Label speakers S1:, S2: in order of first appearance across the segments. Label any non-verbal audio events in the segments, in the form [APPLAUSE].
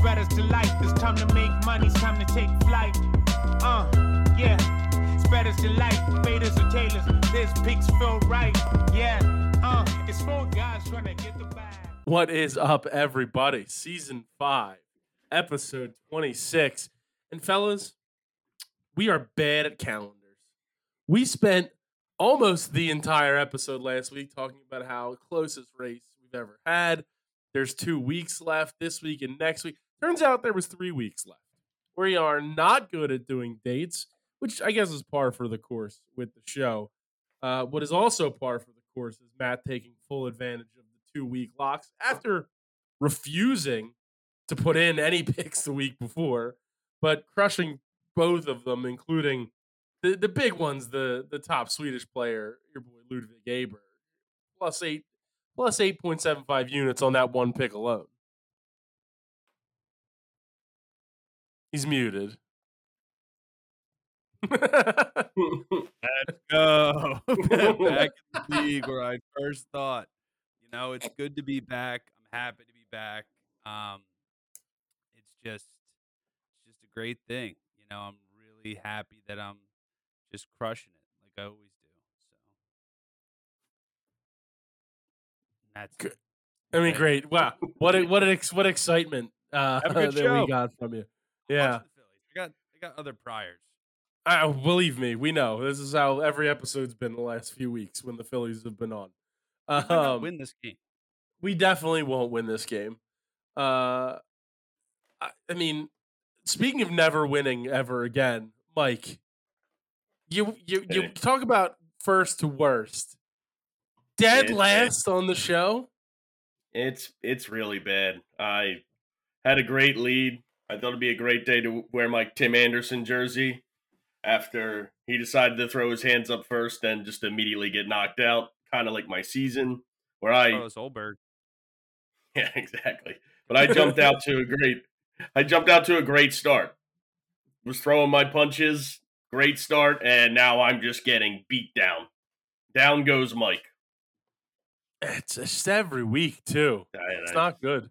S1: purpose to life. It's time to make money, it's time to take flight. Uh, yeah. Spreaders delight, faders or tailors. This pigs feel right. Yeah. Uh, it's four guys trying to get the bag.
S2: What is up, everybody? Season 5, episode 26. And, fellas, we are bad at calendars. We spent almost the entire episode last week talking about how closest race we've ever had. There's two weeks left this week and next week. Turns out there was three weeks left. We are not good at doing dates, which I guess is par for the course with the show. Uh, what is also par for the course is Matt taking full advantage of the two week locks after refusing to put in any [LAUGHS] picks the week before, but crushing both of them, including the, the big ones, the the top Swedish player, your boy Ludvig Aberg, plus eight plus eight point seven five units on that one pick alone. He's muted. [LAUGHS]
S3: go [LAUGHS]
S4: [LAUGHS]
S3: back in the league where I first thought. You know, it's good to be back. I'm happy to be back. Um, it's just, it's just a great thing. You know, I'm really happy that I'm just crushing it, like I always do. So that's
S2: Good.
S3: it.
S2: I mean, great! Wow, what a, what an ex, what excitement uh,
S3: Have
S2: [LAUGHS]
S3: a
S2: that
S3: good
S2: we
S3: show.
S2: got from you.
S3: Watch
S2: Yeah,
S3: the Phillies. I got, I got other priors.
S2: I, believe me, we know this is how every episode's been the last few weeks when the Phillies have been on.
S3: We might not
S2: Um,
S3: win this game.
S2: we definitely won't win this game. Uh, I, I mean, speaking of never winning ever again, Mike, you you you
S4: Hey.
S2: talk about first to worst, dead
S4: It's-
S2: last on the show.
S4: It's it's really bad. I had a great lead. I thought it'd be a great day to wear my Tim Anderson jersey after he decided to throw his hands up first and just immediately get knocked out, kind of like my season where I
S2: Oh.
S3: Carlos Olberg.
S4: [LAUGHS] yeah, exactly. But I jumped out to a great I jumped out to a great start. Was throwing my punches, great start, and now I'm just getting beat down. Down goes Mike.
S2: It's just every week too.
S4: And
S2: It's
S4: I-
S2: not good.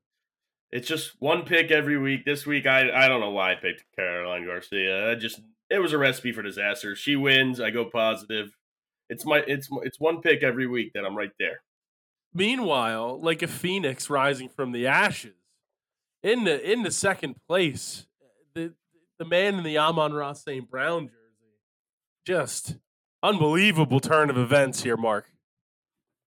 S4: It's just one pick every week. This week, I I don't know why I picked Caroline Garcia. I just it was a recipe for disaster. She wins. I go positive. It's my it's my- it's one pick every week that I'm right there.
S2: Meanwhile, like a phoenix rising from the ashes, in the in the second place, the the man in the Amon Ross St. Brown jersey, just unbelievable turn of events here, Mark.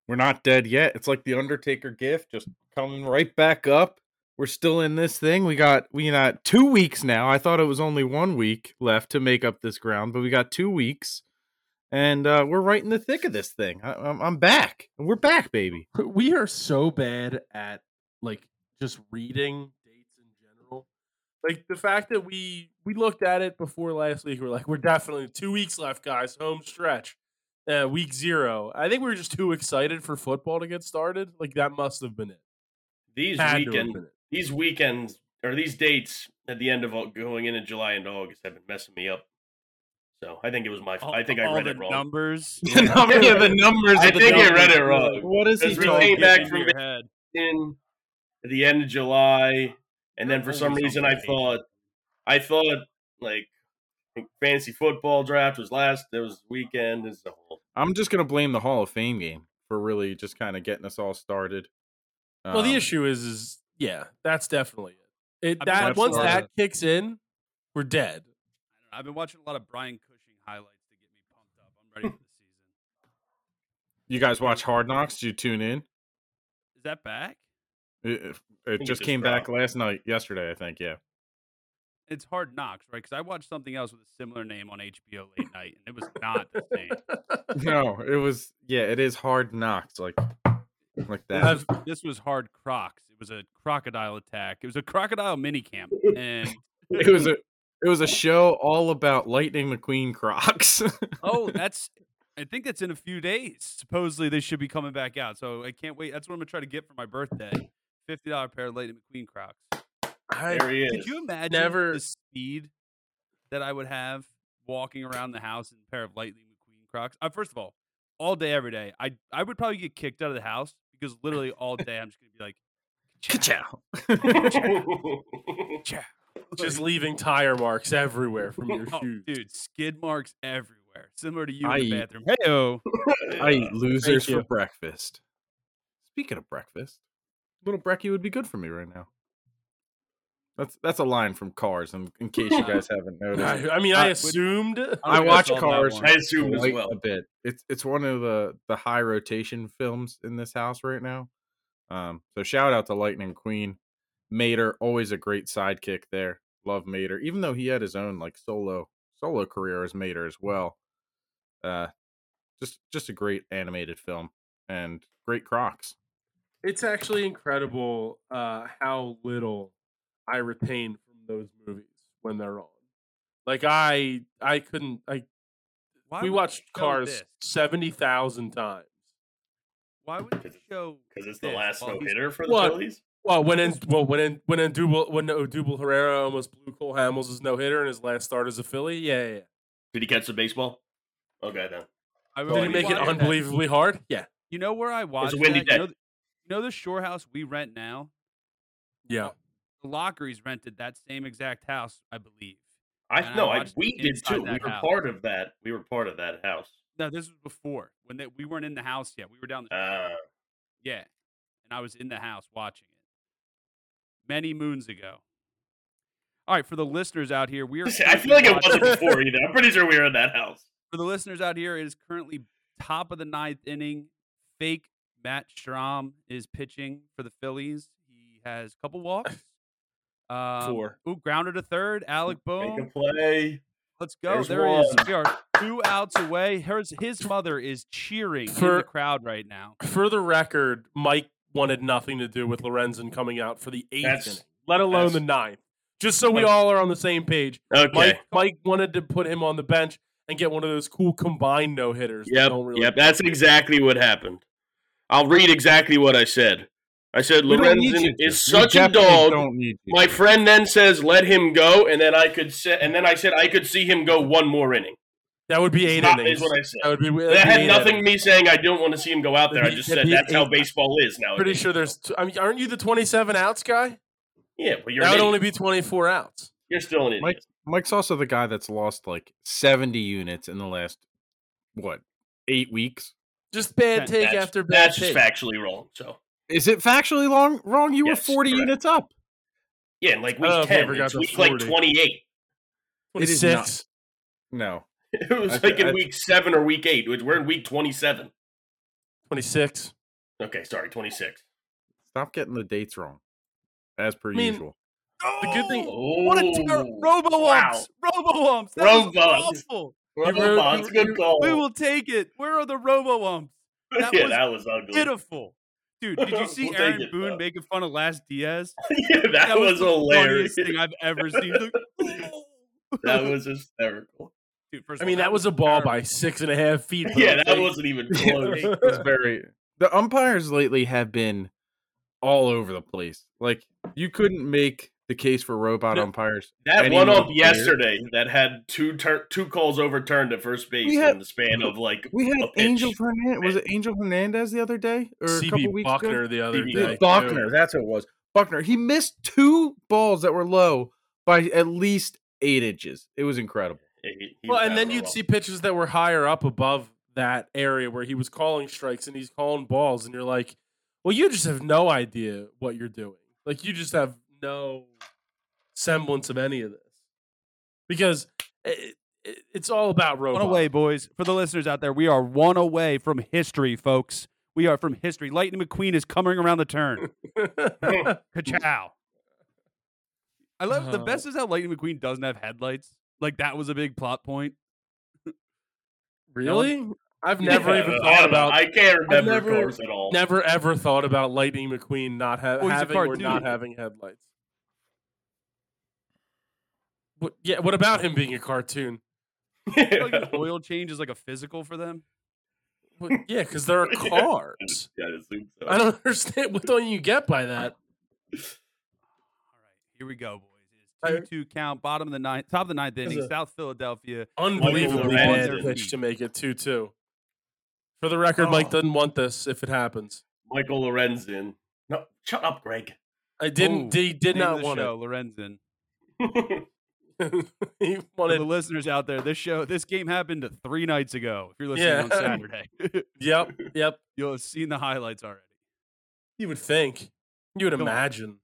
S5: We're not dead yet. It's like the Undertaker gift, just coming right back up. We're still in this thing. We got we got two weeks now. I thought it was only one week left to make up this ground, but we got two weeks, and uh, we're right in the thick of this thing. I, I'm, I'm back. We're back, baby.
S2: we are so bad at like just reading dates in general. Like the fact that we we looked at it before last week, we're like, we're definitely two weeks left, guys. Home stretch, uh, week zero. I think we were just too excited for football to get started. Like that must have been it.
S4: These
S2: Had to have
S4: weekend
S2: been it.
S4: these weekends or these dates at the end of au- going into July and August have been messing me up. So I think it was my f- I think I
S3: All
S4: read
S3: the
S4: it wrong.
S3: numbers.
S5: [LAUGHS]
S4: [LAUGHS]
S5: the [LAUGHS] number, yeah, the numbers.
S4: I
S5: of the
S4: think I
S5: numbers.
S4: read it wrong.
S5: What is he
S4: Because we
S5: talking?
S4: came back
S5: about?
S4: from-
S3: in your head.
S4: in at the end of July, and then
S3: You're
S4: for some
S3: always on
S4: reason I
S3: vacation.
S4: thought I thought like fantasy football draft was last. There was weekend as a whole.
S5: I'm just gonna blame the Hall of Fame game for really just kind of getting us all started.
S2: well, the
S5: Um,
S2: issue is, is yeah, that's definitely it. It
S3: I mean,
S2: that
S5: that's
S2: once
S5: sort
S2: that
S3: of-
S2: kicks in, we're dead.
S3: I don't know, I've been watching a lot of Brian Cushing highlights to get me pumped up. I'm ready for the season.
S5: You guys watch Hard Knocks? Did you tune in?
S3: [CLEARS THROAT] Is that back?
S5: It,
S4: it
S5: it just
S4: just
S5: came back
S4: dropped.
S5: last night, yesterday, I think. Yeah.
S3: It's Hard Knocks, right? Because I watched something else with a similar name on HBO late night, and it was not the same.
S5: no, it was yeah, it is hard knocks like like that.
S2: I've-
S3: This was Hard Crocs. It was a crocodile attack. It was a crocodile minicamp, and
S5: it was a it was a show all about Lightning McQueen Crocs. [LAUGHS]
S3: oh, that's. I think that's in a few days. Supposedly they should be coming back out, so I can't wait. That's what I'm gonna try to get for my birthday: fifty dollar pair of Lady McQueen Crocs.
S2: I-
S3: [LAUGHS]
S4: There he
S3: Could
S4: is.
S3: you imagine
S2: never-
S3: the speed that I would have walking around the house in a pair of Lightning McQueen Crocs? Uh, first of all, all day, every day, I I would probably get kicked out of the house because literally all day I'm just gonna be like, Ka-chow.
S2: Just leaving tire marks everywhere from [LAUGHS] your
S3: Oh,
S2: shoes.
S3: dude, skid marks everywhere, similar to you
S5: I
S3: in
S5: eat-
S3: the bathroom. Hey,
S5: I eat losers for
S2: you.
S5: breakfast. Speaking of breakfast, little brekkie would be good for me right now. That's that's a line from Cars, in, in case you guys haven't noticed.
S2: I, I mean, I
S5: I-
S2: assumed.
S5: I
S3: Okay,
S5: watch
S3: saw that
S5: Cars
S3: one.
S4: [LAUGHS] I assumed as
S5: quite
S4: well.
S5: a bit. It's it's one of the the high rotation films in this house right now. Um, so shout out to Lightning Queen, Mater, always a great sidekick there. Love Mater, even though he had his own like solo solo career as Mater as well. Uh, just just a great animated film and great Crocs.
S2: It's actually incredible uh, how little I retain from those movies when they're on. Like I, I couldn't. I
S3: why
S2: we
S3: would
S2: watched
S3: show
S2: Cars
S3: this?
S2: seventy thousand times.
S3: Why would you show?
S4: Because it's the
S3: this
S4: last
S3: while
S4: no
S3: he's-
S4: hitter for the
S2: What?
S4: Phillies.
S2: Well, when in, well when in, when Odubel when Odubel Herrera almost blew Cole Hamels' no hitter in his last start as a Philly, yeah, yeah.
S4: Did he catch the baseball? Okay, then.
S3: I would
S2: yeah. Did he
S3: watch
S2: make it
S3: that.
S2: unbelievably hard? Yeah,
S3: You know where I watched?
S4: windy
S3: that?
S4: day.
S3: You know, th- you know the shore house we rent now.
S2: yeah.
S3: The Lockeries rented that same exact house, I believe. And
S4: I
S3: I
S4: no, I
S3: watched
S4: we did
S3: inside
S4: too. We
S3: that
S4: were
S3: house.
S4: part of that. We were part of that house.
S3: No, this was before when they, we weren't in the house yet. We were down the
S4: Uh,
S3: yeah, and I was in the house watching it many moons ago. All right, for the listeners out here, we are.
S4: [LAUGHS] I feel like it
S3: currently
S4: wasn't
S3: watching-
S4: before either. I'm pretty sure we were in that house.
S3: for the listeners out here, it is currently top of the ninth inning. Fake Matt Strom is pitching for the Phillies. He has a couple walks. Um,
S2: Four.
S3: Ooh, grounded to third. Alec
S4: Make a
S3: Bohm.
S4: play.
S3: Let's go.
S4: There's
S3: there he is.
S4: one.
S3: We are two outs away. His, his mother is cheering in
S2: For-
S3: the crowd right now.
S2: For the record, Mike wanted nothing to do with Lorenzen coming out for the eighth
S4: That's-
S2: inning, let alone
S4: that's-
S2: the ninth. Just so we
S4: That's-
S2: all are on the same page.
S4: Okay.
S2: Mike Mike wanted to put him on the bench and get one of those cool combined no hitters.
S4: Yep, yep. That's exactly what happened. I'll read exactly what I said. I said
S5: We don't need you
S4: Lorenzen
S5: to. We
S4: is such a
S5: definitely
S4: dog.
S5: Don't need you
S4: My
S5: to.
S4: friend then says, "Let him go," and then I could say, and then I said, "I could see him go one more inning."
S2: That would be eight
S4: That
S2: innings.
S4: is what I
S2: That
S4: said.
S2: would be that'd
S4: That
S2: be
S4: had
S2: eight
S4: nothing
S2: innings.
S4: me saying I don't want to see him go out there. I
S2: He-
S4: just
S2: that
S4: said
S2: he-
S4: that's how
S2: he-
S4: baseball is now.
S2: Pretty sure there's. T- I mean, aren't you the 27 outs guy?
S4: Yeah, but you're
S2: That
S4: an
S2: would
S4: idiot.
S2: only be 24 outs.
S4: you're still an idiot.
S5: Mike- Mike's also the guy that's lost like seventy units in the last what eight weeks.
S2: Just bad
S3: That-
S2: take
S4: that's,
S2: after bad
S4: that's
S2: take.
S4: just factually wrong. So
S5: Is it factually long, wrong? You
S4: Yes,
S5: were forty
S4: correct.
S5: units up.
S4: yeah, and
S2: I
S4: like
S2: don't know
S4: week
S2: if Oh, we
S4: ten,
S2: ever got
S4: it's
S2: to
S4: week like
S2: 40.
S4: twenty eight.
S5: It is
S2: 26.
S5: No,
S4: [LAUGHS] It was
S5: I-
S4: like in
S5: I-
S4: week seven or week eight. We're in week twenty seven.
S2: 26.
S4: Okay, sorry, 26.
S5: Stop getting the dates wrong, as per
S2: I mean,
S5: usual.
S2: The good thing.
S3: [GASPS]
S4: Oh,
S3: What a
S2: [LAUGHS]
S3: ter- Robowumps! Robowumps! That was
S4: Robowumps.
S3: awful.
S4: Well,
S2: You wrote-
S4: that's a good call.
S3: We will take it. Where are the Robowumps? that
S4: [LAUGHS] yeah,
S3: was
S4: that was ugly.
S3: Pitiful. Dude, did
S4: [LAUGHS]
S3: you see
S4: We'll take
S3: Aaron
S4: it,
S3: Boone
S4: though.
S3: making fun of Last Diaz?
S4: [LAUGHS] yeah, [LAUGHS] that, was,
S3: the funniest
S4: hilarious.
S3: thing I've ever seen.
S4: [LAUGHS] that
S2: [LAUGHS]
S4: was hysterical. [LAUGHS]
S3: Dude, first
S2: I
S3: of
S2: mean,
S3: all,
S2: that was a ball
S3: terrible.
S2: by six and a half feet. but
S4: Yeah, that
S2: like- [LAUGHS]
S4: wasn't even close.
S5: It's very. The umpires lately have been all over the place. Like you couldn't make the case for robot
S2: No.
S5: umpires.
S4: that
S5: Any
S4: one
S5: more
S4: up
S5: player?
S4: yesterday that had two tur- two calls overturned at first base
S5: had-
S4: in the span of like
S5: We had
S4: pitch.
S5: Angel Hernandez. Was it Angel Hernandez the other day or a couple
S2: CB
S5: weeks
S2: Buckner
S5: ago?
S2: the other
S4: CB
S5: Yeah,
S2: day.
S5: Buckner.
S2: too.
S5: That's what it was. Buckner. He missed two balls that were low by at least eight inches. It was incredible.
S4: He- he
S2: Well,
S4: was
S2: and then
S4: having a
S2: you'd
S4: rough-
S2: see pitches that were higher up above that area where he was calling strikes and he's calling balls, and you're like, well, you just have no idea what you're doing. Like, you just have no semblance of any of this because it, it, it's all about
S3: One
S2: robots.
S3: away, boys. For the listeners out there, we are one away from history, folks. We are from history. Lightning McQueen is coming around the turn.
S4: [LAUGHS]
S2: [LAUGHS]
S3: Ka-chow. I love the
S4: Uh.
S2: Oh.
S3: best is how Lightning McQueen doesn't have headlights. Like that was a big plot point.
S2: really? I've never
S4: [LAUGHS] Yeah,
S2: even
S4: I
S2: thought
S4: don't know.
S2: about.
S4: I can't remember
S2: never-
S4: cars at all.
S2: [LAUGHS]
S4: [LAUGHS]
S2: Never ever thought about Lightning McQueen not ha-
S3: Well, he's a
S2: having or not
S3: cartoon.
S2: having headlights. What, yeah, what about him being a cartoon?
S3: I feel like
S4: [LAUGHS]
S3: an oil change is like a physical for them. [LAUGHS]
S2: Well, yeah, because there are
S4: Yeah.
S2: cars. [LAUGHS]
S4: Yeah, I assume so.
S2: I don't understand what don't you get by that.
S3: All right, here we go, boys.
S2: I-
S3: It is two-two count, bottom of the ninth, top of the ninth inning,
S2: a-
S3: South Philadelphia.
S2: Unbelievably
S4: Unbelievable
S2: bad
S3: red.
S2: pitch to make it two two. For the record, Mike
S3: Oh.
S2: doesn't want this if it happens.
S4: Michael Lorenzen. No, shut up, Greg. [LAUGHS]
S2: I didn't.
S3: Oh,
S2: he did
S3: Name of
S2: not
S3: the
S2: want
S3: show, Lorenzen. Oh,
S2: it. [LAUGHS] he
S3: For the
S2: wanted.
S3: listeners out there, this show, this game happened three nights ago. If you're listening on
S2: Yeah. [LAUGHS]
S3: Saturday, [LAUGHS]
S2: Yep. Yep.
S3: you'll have seen the highlights already.
S2: You would think. You would
S3: Come on.
S2: imagine.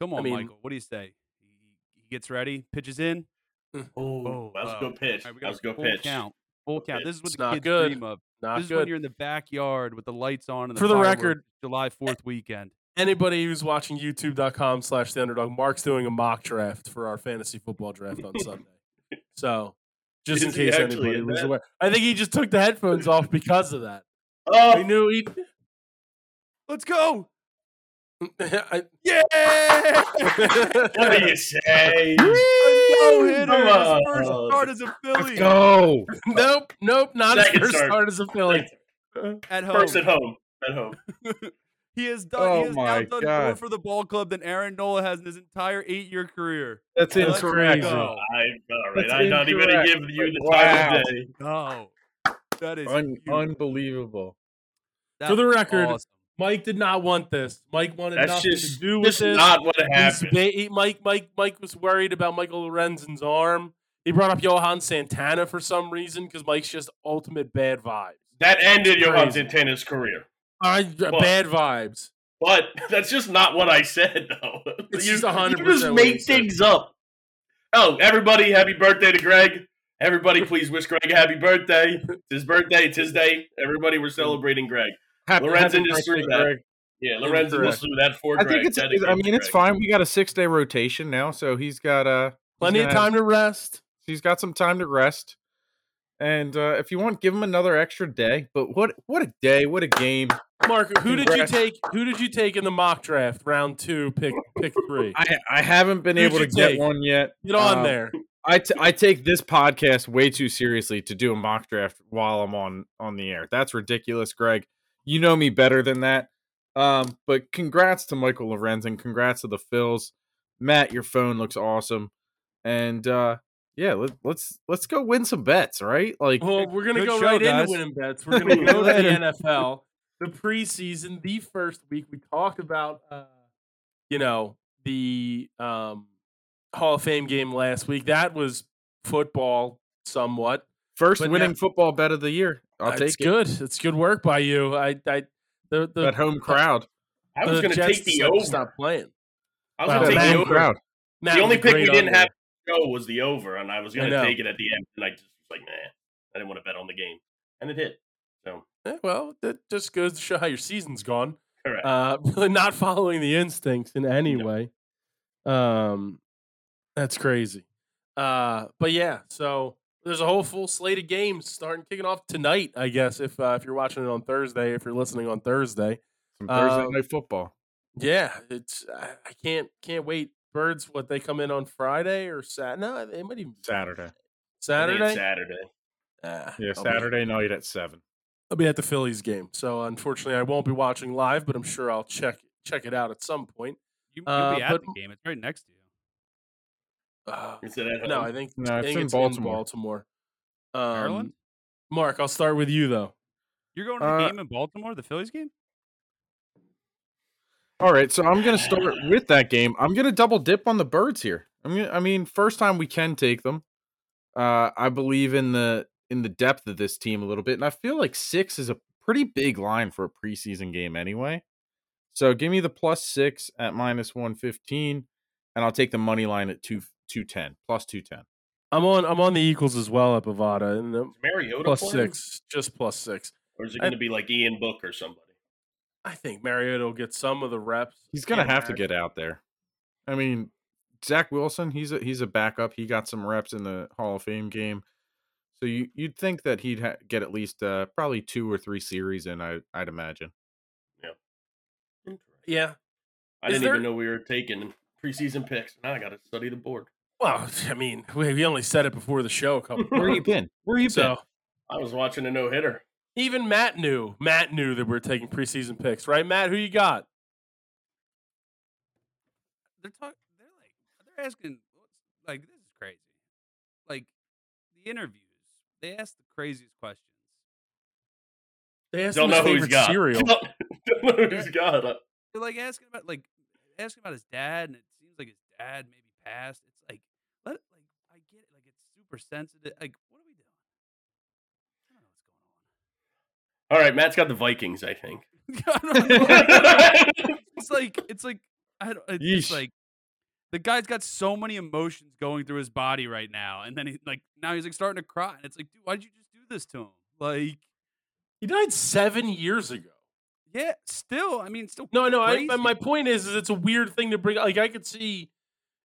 S3: Come
S2: I
S3: on,
S2: mean-
S3: Michael. What do you say? He, he gets ready, pitches in.
S4: oh, that was a
S3: wow.
S4: good pitch.
S3: uh, All right, we
S4: that
S3: got
S4: was a
S3: a
S4: good
S3: full
S4: pitch.
S3: count. Full
S4: Good
S3: count.
S4: pitch.
S3: This is what
S2: It's
S3: the
S2: not
S3: kids
S2: good.
S3: dream of.
S2: Not
S3: this is when
S2: good.
S3: you're in the backyard with the lights on and the
S2: For the
S3: fireworks,
S2: record,
S3: July Fourth weekend.
S2: Anybody who's watching youtube.com slash the underdog, Mark's doing a mock draft for our fantasy football draft on
S4: [LAUGHS]
S2: Sunday. So just in
S4: Is he
S2: case
S4: actually
S2: anybody
S4: in
S2: was
S4: that?
S2: aware. I think he just took the headphones off because of that. He
S4: Oh,
S2: knew he
S3: Let's go!
S2: [LAUGHS] I,
S3: Yeah!
S4: what do
S2: [LAUGHS]
S4: you say?
S3: No
S2: Woo!
S3: hitter.
S4: Come
S3: His first
S4: on.
S3: start as a Philly
S5: Let's Oh, go.
S2: [LAUGHS] nope, nope, not his
S4: Second
S2: first
S4: start.
S2: start as a Philly.
S3: at home.
S4: First at home. At home.
S3: He has done.
S5: Oh
S3: he has now
S5: my
S3: done more
S5: God.
S3: for the ball club than Aaron Nola has in his entire eight-year career.
S5: That's
S2: Let's
S5: incorrect.
S2: go.
S3: Go,
S4: I, all right.
S5: That's
S4: I'm not even going
S5: incorrect.
S4: to give you the time
S5: Wow.
S4: of day.
S3: go. That is
S5: Un-
S3: huge.
S5: unbelievable.
S3: That
S2: For the
S3: was
S2: record,
S3: awesome.
S2: Mike did not want this. Mike wanted
S4: That's
S2: nothing
S4: just,
S2: to do with
S4: just
S2: this.
S4: not what
S2: He's
S4: happened.
S2: ba- he- Mike, Mike, Mike was worried about Michael Lorenzen's arm. He brought up Johan Santana for some reason because Mike's just ultimate bad vibes.
S4: that ended Johan
S2: Crazy.
S4: Santana's career.
S2: I, uh, bad vibes.
S4: But [LAUGHS] that's just not what I said, [LAUGHS] though.
S2: It's
S4: you,
S2: just 100%
S4: you just
S2: what he
S4: make
S2: said.
S4: things up. Oh, everybody, happy birthday to Greg.
S2: [LAUGHS]
S4: Everybody, please wish Greg a happy birthday. It's his birthday. It's his day. Everybody, we're celebrating Greg.
S5: Happy,
S4: Lorenzen
S5: happy
S4: just threw
S5: birthday,
S4: that.
S5: Greg.
S4: Yeah, Lorenzo
S2: Incorrect.
S4: just threw that for
S5: I
S4: Greg.
S5: think it's.
S4: That
S5: I mean,
S4: against
S5: it's
S4: Greg.
S5: fine. We got a six day rotation now, so he's got uh
S2: Plenty of
S5: gonna have-
S2: time to rest.
S5: he's got some time to rest. And uh, if you want, give him another extra day. But what what a day! What a game!
S2: Mark, who did you
S5: Congrats.
S2: take? Who did you take in the mock draft, round two, pick pick three?
S5: I I haven't been
S2: Who'd
S5: able
S2: you
S5: to get
S2: take?
S5: one yet.
S2: Get on
S5: Um,
S2: there.
S5: I, t- I take this podcast way too seriously to do a mock draft while I'm on on the air. That's ridiculous, Greg. You know me better than that. Um, but congrats to Michael Lorenzen. Congrats to the Phils. Matt, your phone looks awesome. And uh, yeah, let, let's let's go win some bets, right? Like
S2: Well, we're gonna
S3: Good
S2: go
S3: show,
S2: right
S3: guys.
S2: into winning bets. We're gonna go to the
S5: Later.
S2: NFL, the preseason, the first week. We talked about, uh, you know, the um, Hall of Fame game last week. That was football, somewhat.
S5: first
S2: but
S5: winning
S2: now-
S5: football bet of the year. I'll
S2: It's
S5: take it.
S2: good. It's good work by you. I, I, the the,
S5: That home crowd.
S4: I was
S2: the
S4: going to
S2: Jets
S4: take the
S2: decided to
S4: over.
S2: Stop playing.
S4: I
S2: Wow.
S4: was going to
S5: That
S4: take the
S5: home
S4: over.
S5: crowd.
S2: Matt
S4: the
S2: was
S4: only
S2: a
S4: pick we
S2: great
S4: didn't
S2: under.
S4: have to go was the over, and I was going to
S2: know.
S4: take it at the end, and I just was like, nah, I didn't want to bet on the game, and it hit. So
S2: Eh, well, that just goes to show how your season's gone.
S4: correct.
S2: Uh, [LAUGHS] really not following the instincts in any
S4: No.
S2: way. Um, that's crazy. Uh, but yeah, so there's a whole full slate of games starting kicking off tonight. I guess if uh, if you're watching it on Thursday, if you're listening on Thursday,
S5: Some Thursday
S2: Um,
S5: night football.
S2: yeah, it's I, I can't can't wait. Birds, what they come in on Friday or Sat? No, they might even
S5: Saturday.
S2: oh,
S4: I think it's
S2: Saturday.
S4: Saturday.
S2: Ah,
S5: Yeah,
S2: I'll be-
S5: Saturday night at seven.
S2: I'll be at the Phillies game, so unfortunately I won't be watching live, but I'm sure I'll check check it out at some point.
S3: you, you'll
S2: uh,
S3: be at
S2: but-
S3: the game. It's right next to you.
S2: Uh,
S4: Is it at
S2: No,
S4: home?
S2: I think,
S5: No,
S2: I
S5: it's
S2: think
S5: in
S2: it's
S5: Baltimore.
S2: in Baltimore.
S3: Maryland?
S2: Um, Mark, I'll start with you though.
S3: You're going to the
S5: Uh,
S3: game in Baltimore, the Phillies game?
S5: All right, so I'm going to start with that game. I'm going to double dip on the birds here. I'm gonna, I mean, first time we can take them. Uh, I believe in the in the depth of this team a little bit, and I feel like six is a pretty big line for a preseason game anyway. So give me the plus six at minus one fifteen, and I'll take the money line at two two ten plus two ten.
S2: I'm on. I'm on the Eagles as well at Bovada, and the
S4: Is Mariota
S2: plus
S4: playing?
S2: six, just plus six.
S4: or is it
S2: I-
S4: going to be like Ian Book or somebody?
S2: I think Mariota will get some of the reps.
S5: He's going to
S2: Can't
S5: have to
S2: imagine-
S5: get out there. I mean, Zach Wilson, he's a he's a backup. He got some reps in the Hall of Fame game, so you you'd think that he'd ha- get at least uh, probably two or three series in. I I'd imagine.
S2: Yeah.
S4: I
S2: Is
S4: didn't
S2: there-
S4: even know we were taking preseason picks. Now I got to study the board.
S2: Well, I mean, [LAUGHS] we, we only said it before the show. A couple.
S5: [LAUGHS] Where you been? Where you
S2: so
S4: I was watching a no hitter.
S2: even Matt knew. Matt knew that we are taking preseason picks, right? Matt, who you got?
S3: They're talking. They're like they're asking like this is crazy. Like the interviews, they ask the craziest questions.
S2: They asked
S4: Don't
S2: him
S4: know
S2: his
S4: who
S2: favorite [LAUGHS]
S4: he's got. [LAUGHS]
S2: cereal.
S4: Don't know who he's got. Uh,
S3: They're like asking about like asking about his dad, and it seems like his dad maybe passed. It's like, let like I get it, like it's super sensitive. Like, what are we doing? I don't know what's going on.
S4: All right, Matt's got the Vikings,
S2: [LAUGHS]
S4: I think. [LAUGHS]
S3: I [LAUGHS] don't know. it's like it's like I don't. It's just
S5: Yeesh.
S3: like the guy's got so many emotions going through his body right now, and then he like now he's like starting to cry, and it's like, dude, why did you just do this to him? Like,
S2: He died seven years ago.
S3: yeah, still, I mean, still.
S2: No, no. I, but
S3: Crazy.
S2: my point is, is it's a weird thing to bring. Like I could see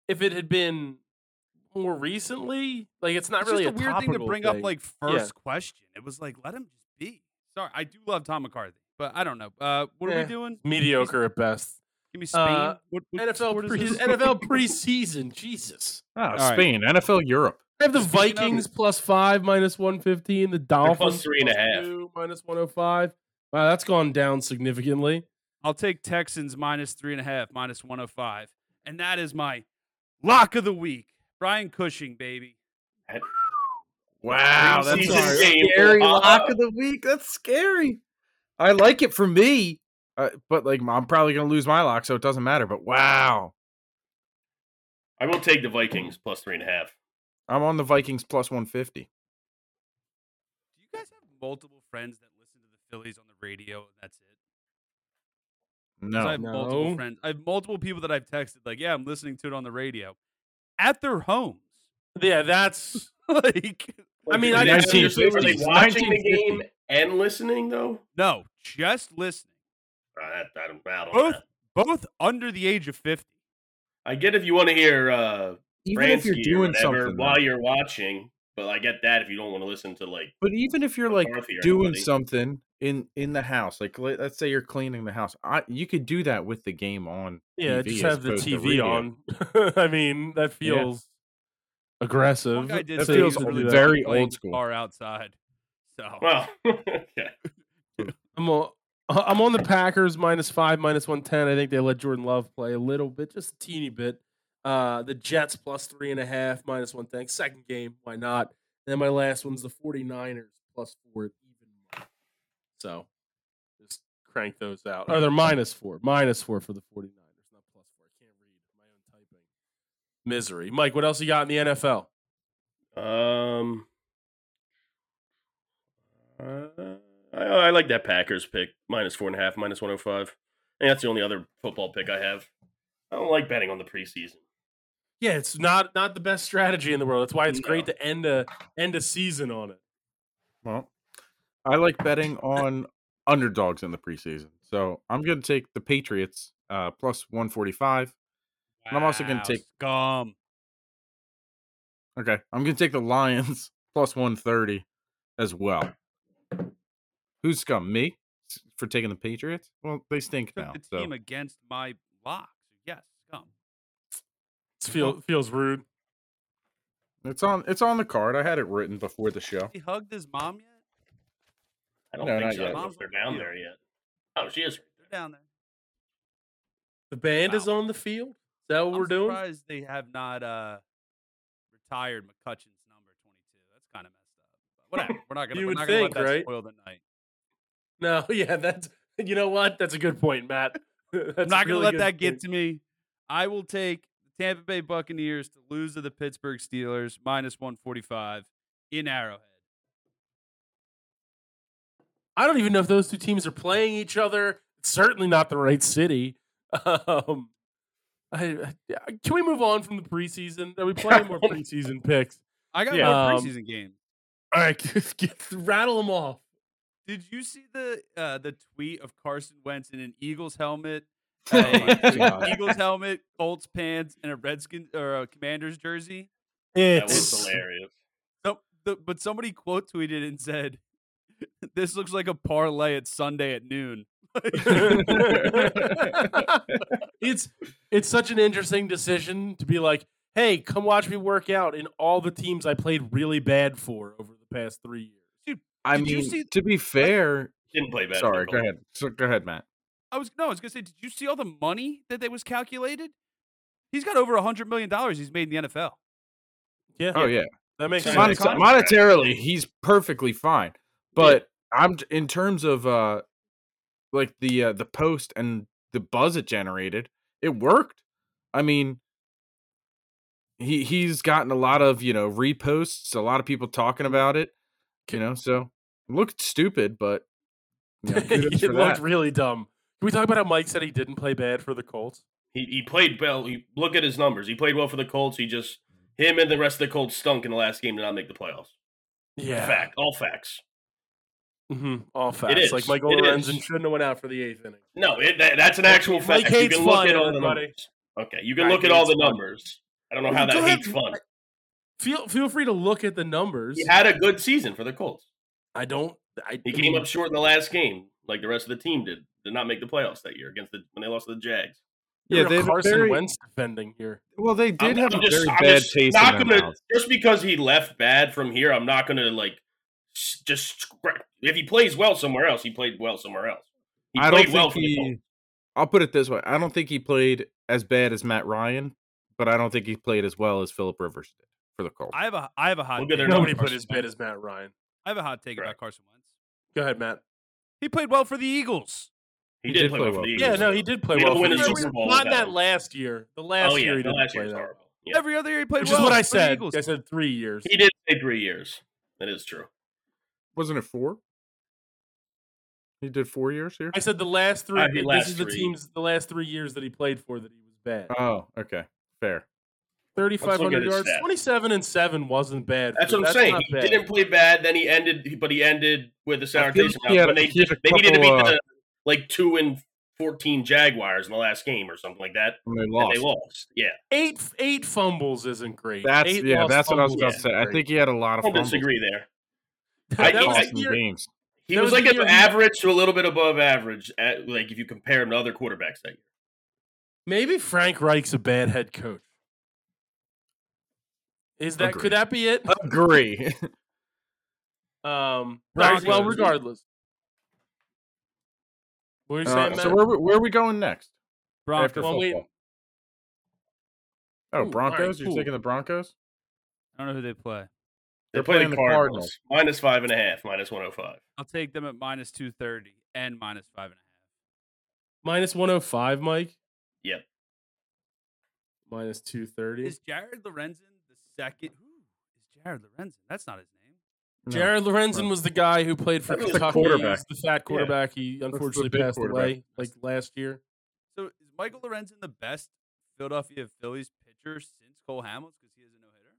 S2: if it had been more recently. Like it's not
S3: It's
S2: really
S3: just a, weird thing to
S2: topical
S3: bring up,
S2: thing.
S3: like first question. It was like, let him just be. Sorry, I do love Tom McCarthy, but I don't know. Uh, what are
S2: Yeah.
S3: we doing?
S2: mediocre at best.
S3: Give me Spain.
S2: Uh,
S3: what, what
S2: NFL
S3: sport is
S2: pre- [LAUGHS]
S3: this?
S2: NFL preseason. Jesus.
S5: Ah,
S3: right.
S5: Spain, NFL Europe.
S2: I have the
S3: Speaking of-
S2: Vikings plus five, minus one fifteen. The
S4: plus
S2: Dolphins
S4: three and a
S2: plus
S4: half.
S2: two, minus one hundred five. Wow, that's gone down significantly.
S3: I'll take Texans minus three and a half, minus 105. And that is my lock of the week. Brian Cushing, baby.
S4: Wow,
S2: that's
S4: Preseason
S2: a
S4: game.
S5: scary
S4: Uh,
S5: lock of the week. That's scary. I like it for me, uh, but like I'm probably gonna lose my lock, so it doesn't matter. But wow,
S4: I will take the Vikings plus three and a half.
S5: I'm on the Vikings plus 150.
S3: Do you guys have multiple friends that listen to the Phillies on the radio and that's it? 'Cause I
S5: No,
S3: have multiple
S2: No.
S3: friends. I have multiple people that I've texted, like, yeah, I'm listening to it on the radio at their homes. [LAUGHS]
S2: Yeah, that's.
S3: like,
S2: I mean, I
S4: Like,
S2: didn't see
S4: are they
S5: Phillies.
S4: watching the
S5: 1950.
S4: game and listening though?
S3: no, just listening.
S4: Uh, that- I, don't, I, don't know.
S3: Both, both under the age of 50.
S4: I get if you want to hear uh,
S5: even if you're
S4: Bransky or
S5: doing
S4: whatever
S5: something
S4: while
S5: though.
S4: you're watching, but I get that if you don't want to listen to like [LAUGHS]
S5: but even if you're like
S4: McCarthy or
S5: doing
S4: anybody.
S5: something in in the house, like let, us say you're cleaning the house, I, you could do that with the game on.
S2: Yeah,
S5: TV
S2: just
S5: as
S2: have the
S5: opposed to
S2: TV
S5: radio.
S2: on. [LAUGHS] I mean, that feels aggressive.
S3: One guy did
S2: That
S5: That
S3: say
S2: feels to
S3: he's
S5: feels
S2: do
S3: really
S2: that.
S5: very
S3: playing
S5: old school.
S3: Far outside. So,
S4: well, yeah.
S2: I'm, on, [LAUGHS] I'm on the Packers minus five, minus 110. I think they let Jordan Love play a little bit, just a teeny bit. Uh, the Jets plus three and a half, minus 110. Second game, why not? And then my last one's the 49ers plus four, at even money. So just crank those out. Or they're minus four, minus four for the 49ers, not plus four. I can't read my own typing. Misery. Mike, what else you got in the NFL?
S4: Um, uh, I, I like that Packers pick minus four and a half, minus one hundred five. And that's the only other football pick I have. I don't like betting on the preseason.
S2: Yeah, it's not not the best strategy in the world. That's why it's great
S4: No.
S2: to end a end a season on it.
S5: Well, I like
S2: [LAUGHS]
S5: betting on underdogs in the preseason, so I'm going to take the Patriots uh, plus 145. And I'm also gonna
S3: wow,
S5: take-
S3: scum.
S5: Okay, I'm going to take the Lions [LAUGHS] plus 130 as well. Who's scum? Me S- for taking the Patriots? Well, they stink
S3: took
S5: now.
S3: the
S5: So.
S3: team against my locks. Yes, scum.
S2: It feel, feels rude.
S5: It's on. It's on the card. I had it written before
S2: [LAUGHS]
S5: the show.
S3: He hugged his mom yet?
S4: I don't
S5: No,
S4: think
S5: not
S4: so.
S5: yet.
S4: I don't know if they're down there yet. Oh, she is.
S3: They're down there.
S2: The band is
S3: Wow.
S2: on the field. Is that what
S3: I'm
S2: we're doing?
S3: surprised they have not uh, retired McCutcheon's number 22. That's kind of messed up. But whatever.
S5: [LAUGHS]
S3: We're not gonna.
S2: You
S3: we're
S2: would
S3: not gonna
S2: think,
S3: let that
S2: right?
S3: spoil the night.
S2: No, [LAUGHS] yeah, that's you know what? That's a good point,
S3: [LAUGHS]
S2: Matt. [LAUGHS]
S3: I'm not gonna let that get to me. I will take the Tampa Bay Buccaneers to lose to the Pittsburgh Steelers minus 145 in Arrowhead.
S2: I don't even know if those two teams are playing each other. It's certainly not the right city. [LAUGHS] Um, I, I- yeah, can we move on from the preseason? Are we playing
S3: [LAUGHS]
S2: more preseason picks?
S3: I got
S5: Yeah.
S3: more
S2: Um,
S3: preseason games.
S2: All
S3: [LAUGHS]
S2: right, get, get- rattle them off.
S3: Did you see the uh, the tweet of Carson Wentz in an Eagles helmet, [LAUGHS]
S5: Oh
S3: a
S5: my God.
S3: Eagles helmet, Colts pants, and a Redskins or a Commanders jersey?
S4: That was
S2: It's
S4: hilarious.
S3: So, the, but somebody quote tweeted and said, "This looks like a parlay at Sunday at noon."
S2: [LAUGHS] it's it's such an interesting decision to be like, hey, come watch me work out in all the teams I played really bad for over the past three years.
S5: I
S3: Did you
S5: mean,
S3: see-
S5: to
S4: [LAUGHS]
S5: be fair,
S4: Didn't play bad.
S5: sorry. Go ahead. So, go ahead, Matt.
S3: I was no, I was gonna say, did you see all the money that they was calculated? He's got over a hundred million dollars he's made in the NFL.
S2: Yeah,
S5: Oh yeah,
S2: that makes
S4: Yeah.
S2: sense.
S5: Monet-
S4: Contract.
S5: monetarily, he's perfectly fine. But I'm j- in terms of uh, like the uh, the post and the buzz it generated. it worked. I mean, he he's gotten a lot of you know reposts, a lot of people talking
S4: Mm-hmm.
S5: about it. You know, so it looked stupid, but
S2: [LAUGHS]
S4: [LAUGHS]
S5: you know, kudos
S2: it
S5: for
S2: looked
S5: that.
S2: really dumb. Can we talk about how Mike said he didn't play bad for the Colts?
S4: He he played well. He, look at his numbers. He played well for the Colts. He just him and the rest of the Colts stunk in the last game to not make the playoffs.
S2: Yeah,
S4: Fact, all facts.
S2: hmm all facts.
S4: is.
S2: Like Michael
S4: It
S2: Lorenzen
S4: is.
S2: shouldn't have went out for the eighth inning.
S4: No, it, that, that's an actual
S2: Mike
S4: fact. You
S2: hates
S4: can look
S2: fun,
S4: at all the
S2: everybody.
S4: numbers. Okay, you can
S2: Mike
S4: look at all
S2: hates
S4: the
S2: fun.
S4: numbers. I don't know
S2: Well,
S4: how
S2: you
S4: that
S2: don't
S4: hates
S2: have-
S4: fun.
S2: Feel feel free to look at the numbers.
S4: He had a good season for the Colts.
S2: I don't. I,
S4: He
S2: I
S4: came
S2: mean,
S4: up short in the last game, like the rest of the team did. Did not make the playoffs that year against the when they lost to the Jags.
S2: you're
S5: Yeah,
S2: a
S5: they had a
S2: Carson
S5: very-
S2: Wentz defending here.
S5: Well, they
S4: I'm-
S5: did have
S4: I'm
S5: a
S4: just-
S5: very
S4: I'm
S5: bad
S4: just
S5: taste
S4: Not
S5: in their
S4: gonna
S5: mouths.
S4: just because he left bad from here. I'm not gonna like s- just scra- if he plays well somewhere else. He played well somewhere else. He
S5: I
S4: played
S5: don't
S4: well
S5: think
S4: for the Colts.
S5: he. I'll put it this way: I don't think he played as bad as Matt Ryan, but I don't think he played as well as Philip Rivers did for the Colts.
S3: I have a I have a hot.
S4: Look at their
S3: take
S4: They're not
S2: Nobody
S3: about
S2: put
S3: Carson
S2: as bad
S3: Wentz.
S2: as Matt Ryan.
S3: I have a hot take about
S4: Correct.
S3: Carson Wentz.
S2: Go aid, Matt.
S3: He played well for the Eagles.
S4: He, did, play well for the Eagles.
S2: Yeah, no, he did play
S4: They
S2: well.
S4: don't
S2: for
S4: win
S2: the
S4: a
S2: Eagles.
S4: Super Bowl
S2: Not
S4: without
S2: that
S4: him.
S2: last year. The last
S4: oh yeah,
S2: year he
S4: the
S2: didn't
S4: last
S2: play
S4: year was
S2: that.
S4: horrible. Yeah.
S3: Every other year he played
S2: Which
S3: well.
S2: is what I
S3: for the
S2: said.
S3: Eagles.
S2: I said three years.
S4: He did play three years. That is true.
S5: Wasn't it four? He did four years here.
S2: I said the last three.
S4: I mean,
S2: this
S4: last
S2: is the
S4: three.
S2: teams. The last three years that he played for that he was bad.
S5: Oh, okay, fair.
S2: Thirty-five
S4: look at
S2: hundred
S4: his
S2: yards,
S4: stats.
S2: twenty-seven and seven wasn't bad.
S4: That's
S2: but
S4: what I'm saying.
S2: not
S4: He
S2: bad.
S4: didn't play bad. Then he ended, but he ended with a sour
S5: I feel
S4: taste.
S5: like
S4: in
S5: he
S4: mouth
S5: had
S4: When
S5: a-
S4: they
S5: he had a
S4: they needed to
S5: couple,
S4: beat
S5: uh,
S4: the like two and fourteen Jaguars in the last game or something like that.
S5: when they
S4: and
S5: lost.
S4: they lost. Yeah,
S2: Eight eight fumbles isn't great.
S5: That's
S2: Eight
S5: yeah.
S2: lost
S5: That's what I was
S2: fumbles
S5: about to
S2: isn't
S5: say. I
S2: great.
S5: think he had a lot of
S4: I don't
S5: fumbles.
S4: disagree there. I-
S2: that was
S4: I-
S5: Lost
S2: the
S5: some
S2: year-
S5: games.
S4: He
S2: That
S4: was,
S2: was
S4: like
S2: the year
S4: an
S2: he-
S4: average to a little bit above average. At, like if you compare him to other quarterbacks that year.
S2: Maybe Frank Reich's a bad head coach. Is that
S5: Agreed.
S2: could that be it?
S4: [LAUGHS]
S5: Agree.
S2: Um,
S4: Right,
S2: all right, well,
S4: so-
S2: regardless. What are you saying,
S5: Uh, so
S2: Matt?
S5: where where are we going next?
S3: Broncos.
S5: After
S2: Well,
S5: football.
S2: wait. Ooh,
S5: Oh,
S2: all right,
S5: Broncos.
S2: cool.
S5: You're taking the Broncos.
S3: I don't know who they play.
S4: They
S5: They're
S4: play
S5: playing
S4: the
S5: the
S4: Cardinals. Minus five and a half, minus one hundred five.
S3: I'll take them at minus two thirty and minus five and a half.
S2: Minus 105, Mike.
S4: Yep.
S2: Minus 230.
S3: Is Jared Lorenzen the second? Who is Jared Lorenzen? That's not his name.
S5: No.
S2: Jared Lorenzen
S5: Right.
S2: was the guy who played for
S4: That's the
S2: Kentucky.
S5: quarterback.
S2: He's the fat quarterback. He unfortunately
S5: big
S2: passed
S5: quarterback.
S2: away like last year.
S3: So is Michael Lorenzen the best Philadelphia Phillies pitcher since Cole Hamels because he is a no hitter?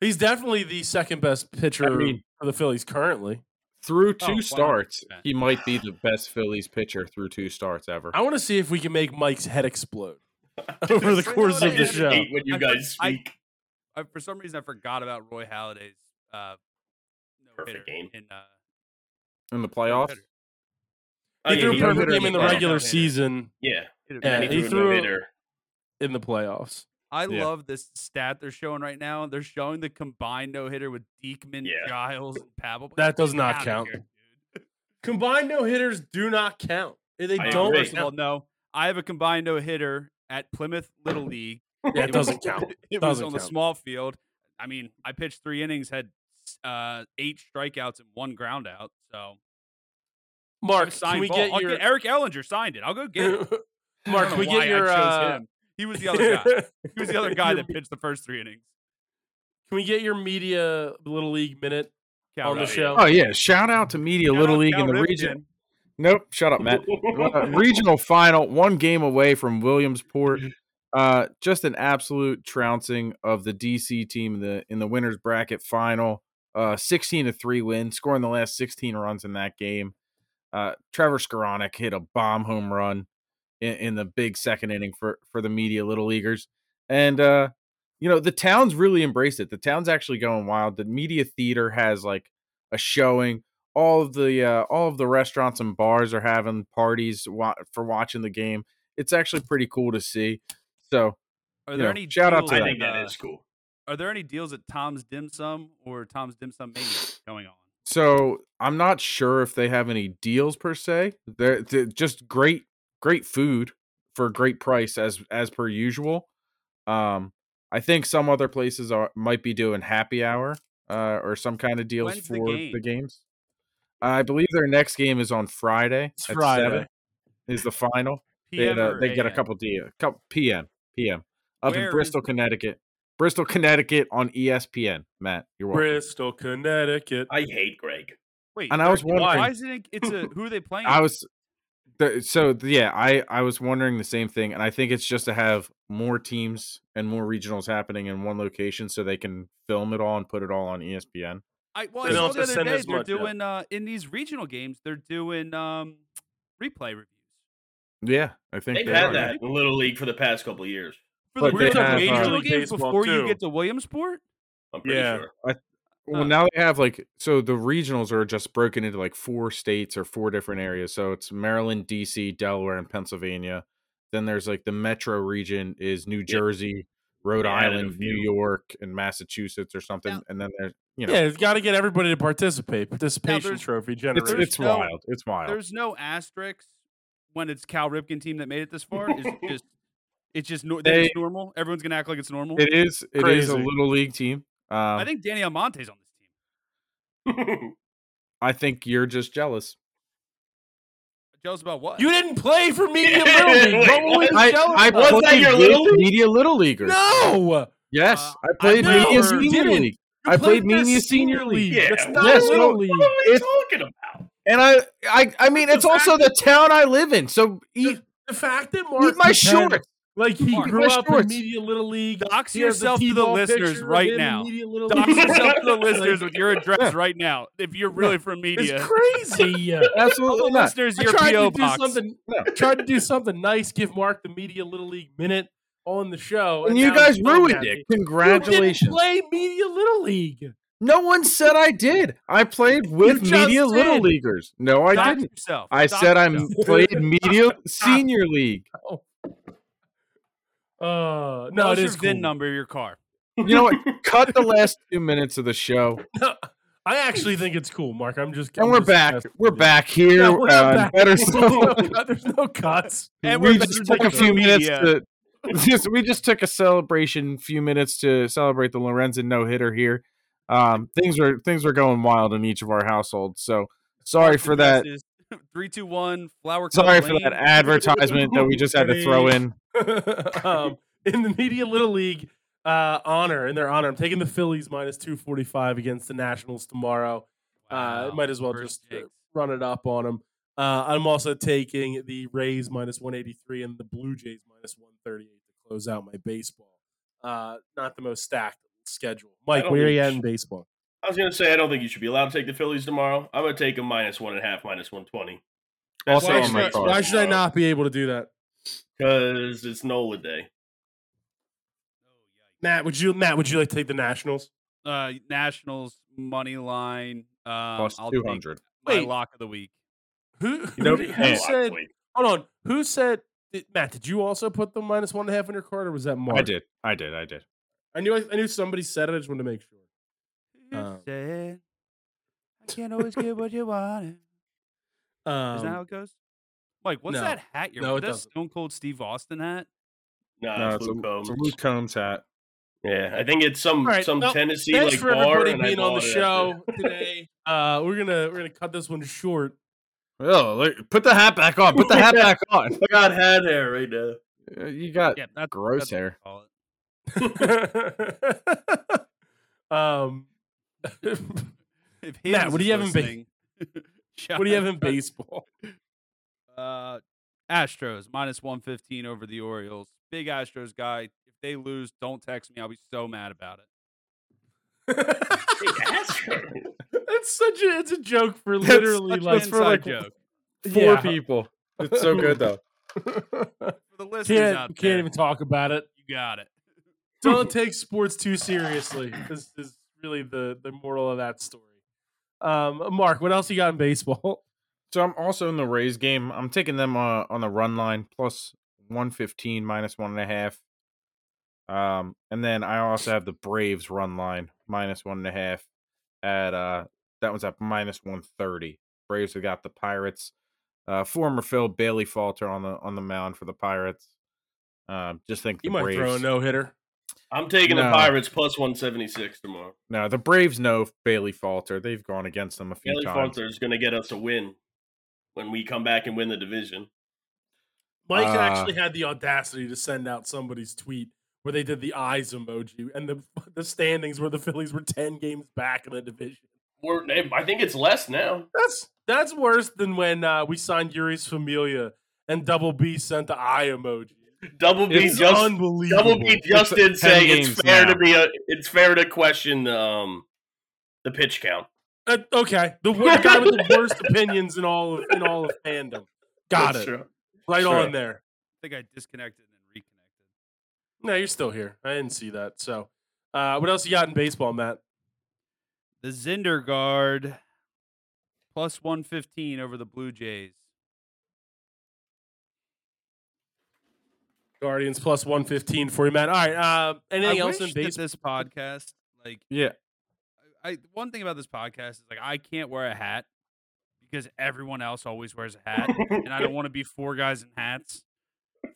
S2: He's definitely the second best pitcher
S5: mean-
S2: for the Phillies currently.
S5: through
S3: Oh, 100%.
S5: two starts, he might be the best Phillies pitcher through two starts ever.
S3: Oh,
S2: I want to see if we can make Mike's head explode [LAUGHS] over the
S4: [LAUGHS]
S3: Wait, no,
S2: course
S3: no,
S2: of the
S3: no,
S2: show.
S4: Hate when you
S3: I-
S4: guys
S3: I-
S4: speak.
S3: I, for some reason, I forgot about Roy Halladay's uh, no hitter
S4: Perfect game.
S3: in uh,
S5: in the playoffs.
S3: better.
S4: Oh,
S2: He
S4: yeah,
S2: threw
S4: he
S2: a
S4: threw a
S2: perfect
S4: hitter
S2: game in the
S4: playoffs.
S2: regular season
S4: Yeah,
S3: hitter.
S2: Yeah,
S4: and then he, threw, a hitter.
S2: in the playoffs.
S3: I
S5: Yeah.
S3: love this stat they're showing right now. They're showing the combined no hitter with Diekman,
S4: Yeah.
S3: Giles, and Pavel.
S2: That does
S3: Get
S2: not
S3: outta
S2: count.
S3: here, dude.
S2: Combined no hitters do not count. They
S4: I
S2: don't.
S4: agree.
S3: First of [LAUGHS] all, no. I have a combined no hitter at Plymouth Little League.
S2: Yeah, it
S3: was-
S2: doesn't
S5: [LAUGHS]
S2: count.
S3: It was
S2: Doesn't
S3: on the
S2: count.
S3: small field. I mean, I pitched three innings, had uh, eight strikeouts and one ground out. So
S2: Mark,
S3: signed
S2: can we
S3: ball.
S2: get
S3: I'll
S2: your
S3: Eric Ellinger signed it. I'll
S2: [LAUGHS]
S3: go get it. I
S2: Mark, can
S3: don't know
S2: we
S3: why
S2: get
S3: I
S2: your
S3: chose
S2: uh,
S3: him.
S2: [LAUGHS]
S3: He was the other guy. He was the other guy
S2: Your-
S3: that pitched the first three innings.
S2: Can we get your media little league minute
S3: Cal
S2: on the
S3: Ripken.
S2: show?
S5: Oh yeah! Shout out to Media
S3: Shout
S5: Little
S3: out
S5: League
S3: Cal
S5: in the
S3: Ripken.
S5: region. Nope, shut up, Matt.
S4: [LAUGHS]
S5: Uh, regional final, one game away from Williamsport. Uh, just an absolute trouncing of the DC team in the in the winners bracket final. Uh, sixteen to three win, scoring the last sixteen runs in that game. Uh, Trevor Skoranek hit a bomb home run in, in the big second inning for for the media little leaguers, and uh, you know the town's really embraced it. The town's actually going wild. The media theater has like a showing all of the uh, all of the restaurants and bars are having parties wa- for watching the game. It's actually pretty cool to see. So
S3: Are
S5: You
S3: there
S5: know,
S3: any
S5: shout out
S3: deals
S5: to
S4: I
S5: that.
S4: think
S3: at,
S4: that
S3: uh,
S4: is cool.
S3: Are there any deals at Tom's Dim Sum or Tom's Dim Sum Mania going on?
S5: so I'm not sure if they have any deals per se. They're, they're just great great food for a great price as as per usual. Um, I think some other places are might be doing happy hour uh, or some kind of deals
S3: When's the
S5: for the
S3: game?
S5: games. I believe their next game is on Friday.
S2: It's
S5: at
S2: Friday.
S5: is the final. They, had a-
S3: or
S5: they get a
S3: AM?
S5: couple D, a couple PM, PM up
S3: Where
S5: in
S3: is
S5: Bristol,
S3: it?
S5: Connecticut. Bristol, Connecticut on E ESPN. Matt, you're welcome.
S2: Bristol, Connecticut.
S4: I hate Greg.
S3: Wait,
S5: and I was
S3: Greg, why-
S2: wondering-
S3: why isn't it? It's a who are they playing?
S5: I was the, so th- yeah, I I was wondering the same thing and I think it's just to have more teams and more regionals happening in one location so they can film it all and put it all on E ESPN.
S3: I, well,
S2: They
S3: I
S2: don't
S3: saw
S2: have
S3: the
S2: to send
S3: other day
S2: as
S3: they're
S2: much, yeah.
S3: doing uh, in these regional games. They're doing um, replay reviews.
S5: Yeah, I think
S4: They've
S5: they
S4: had
S5: are.
S4: that in Little League for the past couple of years.
S3: For
S5: But
S3: the
S5: they
S3: regional,
S5: have,
S3: regional
S2: uh,
S3: games
S2: baseball,
S3: before you
S2: too.
S3: get to Williamsport.
S4: I'm pretty
S2: Yeah.
S4: sure. [LAUGHS]
S5: Well,
S3: Huh.
S5: now they have like so the regionals are just broken into like four states or four different areas. So it's Maryland, DC, Delaware, and Pennsylvania. Then there's like the metro region is New Jersey, Rhode
S4: They added a
S5: Island, New
S4: few.
S5: York, and Massachusetts or something. And then there's you know
S2: Yeah, it's got to get everybody to participate. Participation
S3: there's-
S2: trophy
S5: it's
S2: generation.
S3: there's
S5: it's
S3: no-
S5: wild. It's wild.
S3: There's no asterisks when it's Cal Ripken team that made it this far. It's
S2: [LAUGHS]
S3: just it's just nor-
S5: They-
S3: they, normal. Everyone's gonna act like it's normal.
S5: It is. It is
S2: Crazy.
S5: a little league team. Um, I
S3: I
S5: think.
S3: think Danny Almonte's on this team.
S5: I think you're just jealous.
S3: Jealous about what?
S2: you didn't play for
S5: [LAUGHS]
S2: media
S4: Yeah,
S2: little league.
S4: wait,
S2: No one's
S4: what?
S5: I,
S2: jealous
S5: I
S2: about
S4: Was that
S5: played
S4: your
S5: with
S4: Little League?
S5: media little
S2: it.
S5: leaguer.
S2: No,
S5: Yes,
S3: Uh,
S5: I played
S2: know
S5: media
S2: you
S5: senior
S2: didn't.
S5: league.
S2: You
S5: I played
S2: for
S5: media senior league.
S4: Yeah,
S2: It's not
S5: yes,
S2: little
S5: no-
S2: league.
S4: What are we
S5: It's-
S4: talking about?
S5: And I, I, I mean,
S4: The
S5: it's also the town I live in. So eat,
S2: The fact that Mark
S5: eat my
S2: Depend-
S5: shorts.
S2: like he
S3: Mark,
S2: grew
S5: my
S2: up
S5: shorts.
S2: in media little league.
S3: dox
S2: He has
S3: yourself to the
S2: T-ball
S3: listeners
S2: picture of
S3: right
S2: him in
S3: now.
S2: Media Little
S3: Dox
S2: League.
S3: yourself
S2: [LAUGHS]
S3: to the listeners with your address right now. If you're really from media,
S2: It's
S3: [LAUGHS]
S2: crazy.
S5: Absolutely
S3: All the
S5: not.
S3: listeners,
S2: I
S3: your
S2: tried
S3: PO
S2: to do
S3: box.
S2: something.
S5: [LAUGHS] No.
S2: Tried to do something nice. Give Mark the media little league minute on the show,
S5: And you
S2: now
S5: guys
S2: he's not
S5: ruined
S2: happy.
S5: it.
S2: You
S5: Congratulations.
S2: didn't play media little league.
S5: No one said I did. I played with
S2: just
S5: media little
S2: did.
S5: leaguers. No, I
S3: Dox
S5: didn't.
S3: yourself.
S5: I
S3: Dox
S5: said I
S3: yourself.
S2: [LAUGHS]
S5: played media senior league.
S2: Uh,
S3: Tell
S2: no,
S3: us
S2: it
S3: your
S2: is
S3: VIN
S2: cool.
S3: number of your car.
S5: You know what? Cut the last two minutes of the show.
S2: [LAUGHS] I actually think it's cool, Mark. I'm just.
S5: And
S2: I'm
S5: we're
S2: just
S5: back.
S2: messing
S5: We're
S2: with you.
S5: back here.
S2: [LAUGHS] No, we're not
S5: uh,
S2: back.
S5: Better
S2: There's
S5: still.
S2: no cut- There's no cuts.
S3: And
S5: we
S3: we're back to
S5: just took a few
S3: social
S5: minutes
S3: media.
S5: to. uh, [LAUGHS] just, we just took a celebration, few minutes to celebrate the Lorenzen no hitter here. Um, things were things were going wild in each of our households. So sorry for that.
S3: [LAUGHS] Three, two, one. Flower. Cup
S5: Sorry for
S3: Lane.
S5: [LAUGHS] that advertisement that we just had to throw in.
S2: [LAUGHS] um, in the media little league uh, honor, in their honor, I'm taking the Phillies minus 245 against the Nationals tomorrow. Uh,
S3: Wow,
S2: might as well
S3: first
S2: just uh,
S3: takes.
S2: run it up on them. Uh, I'm also taking the Rays minus 183 and the Blue Jays minus 138 to close out my baseball. Uh, not the most stacked schedule. Mike,
S4: don't
S2: where are
S4: think
S2: you
S4: you
S2: at in
S4: should-
S2: baseball?
S4: I was gonna say I don't think you should be allowed to take the Phillies tomorrow. I'm gonna take them minus one and a half, minus one twenty.
S5: Also
S2: why,
S5: on
S2: should
S5: my
S2: I,
S5: card.
S2: why should I not be able to do that?
S4: Because it's Nola Day.
S2: Matt, would you Matt, would you like to take the Nationals?
S3: Uh, Nationals money line. Um,
S5: Plus
S3: I'll
S5: two
S3: take
S5: hundred.
S3: my
S2: Wait.
S3: lock of the week.
S2: Who, who,
S5: know,
S2: did-
S5: hey,
S2: who said Hold on. Who said did- Matt? Did you also put the minus one and a half on your card, or was that Mark?
S5: [LAUGHS] I did. I did. I did.
S2: I knew. I, I knew somebody said it. I just wanted to make sure.
S3: You
S2: Um,
S3: said, I can't always get what you wanted.
S2: Um,
S3: Is that
S2: [LAUGHS]
S3: how it goes? Mike, what's
S2: no.
S3: that hat you're
S2: No, it
S3: wearing? That
S2: doesn't.
S3: Stone Cold Steve Austin hat?
S4: No,
S5: No,
S4: it's
S5: it's, a,
S4: Luke Combs.
S5: it's a Luke Combs hat.
S4: Yeah, I think it's some
S2: All right,
S4: some
S2: well,
S4: Tennessee
S2: Thanks
S4: like
S2: for
S4: bar.
S2: everybody
S4: And I
S2: being on the
S4: bought it after.
S2: show [LAUGHS] today. Uh, we're gonna we're gonna cut this one short. [LAUGHS]
S5: Oh, look, put the hat back on. [LAUGHS] Put the hat back on.
S4: I got hat hair right now.
S5: Uh, You got
S3: Yeah, that's
S5: gross
S3: that's what
S5: hair.
S3: I call it. [LAUGHS]
S2: um, [LAUGHS]
S3: If
S2: Matt,
S3: Hams
S2: what do
S3: is
S2: you have in base-
S3: listening, [LAUGHS]
S2: what do you have in [LAUGHS]
S3: shout-
S2: baseball?
S3: Uh, Astros minus one fifteen over the Orioles. Big Astros guy. If they lose, don't text me. I'll be so
S2: [LAUGHS]
S3: mad about it.
S4: Hey, that's her.
S2: it's such a it's a joke for
S5: That's
S2: literally
S5: such
S2: like
S5: an for, like,
S3: Inside joke
S5: Four
S2: Yeah.
S5: people. It's so [LAUGHS] good though.
S3: for the listeners
S2: can't
S3: out
S2: can't
S3: there.
S2: even talk about it.
S3: you got it.
S2: [LAUGHS] don't take sports too seriously. This is really the the moral of that story. Um, Mark, what else you got in baseball? [LAUGHS]
S5: So I'm also in the Rays game. I'm taking them uh, on the run line plus one fifteen minus one and a half. Um, and then I also have the Braves run line minus one and a half at uh that was at minus one thirty. Braves have got the Pirates. Uh, former Phil Bailey Falter on the on the mound for the Pirates. Um, just think
S2: You
S5: the
S2: might
S5: Braves.
S2: throw a no hitter.
S4: I'm taking
S5: No.
S4: the Pirates plus one seventy six tomorrow.
S5: no, the Braves know Bailey Falter. They've gone against them a few
S4: Kelly
S5: times.
S4: Funter is going to get us a win when we come back and win the division.
S2: Mike
S5: Ah.
S2: actually had the audacity to send out somebody's tweet where they did the eyes emoji and the [LAUGHS] the standings where the Phillies were ten games back in the division.
S4: We're, I think it's less now.
S2: That's that's worse than when uh, we signed Yuri's Familia and Double B sent the eye emoji.
S4: Double B
S2: It's
S4: just
S2: unbelievable.
S4: Double B just
S5: It's
S4: did say
S5: ten
S4: it's
S5: games
S4: fair
S5: now.
S4: to be a, it's fair to question um the pitch count.
S2: Uh, okay, the, wor- the guy with the worst opinions in all of in all of fandom. Got
S4: That's
S2: it
S4: true.
S2: right
S4: true.
S2: on there.
S3: think I disconnected and then reconnected.
S2: No, you're still here. I didn't see that. So, uh, what else you got in baseball, Matt?
S3: The Zindergaard plus 115 over the Blue Jays.
S2: Guardians plus one fifteen for you, Matt. All right. Uh, anything
S3: I
S2: else in
S3: wish that
S2: baseball?
S3: this podcast, like
S5: Yeah.
S3: I one thing about this podcast is like I can't wear a hat because everyone else always wears a hat, and I don't want to be four guys in hats,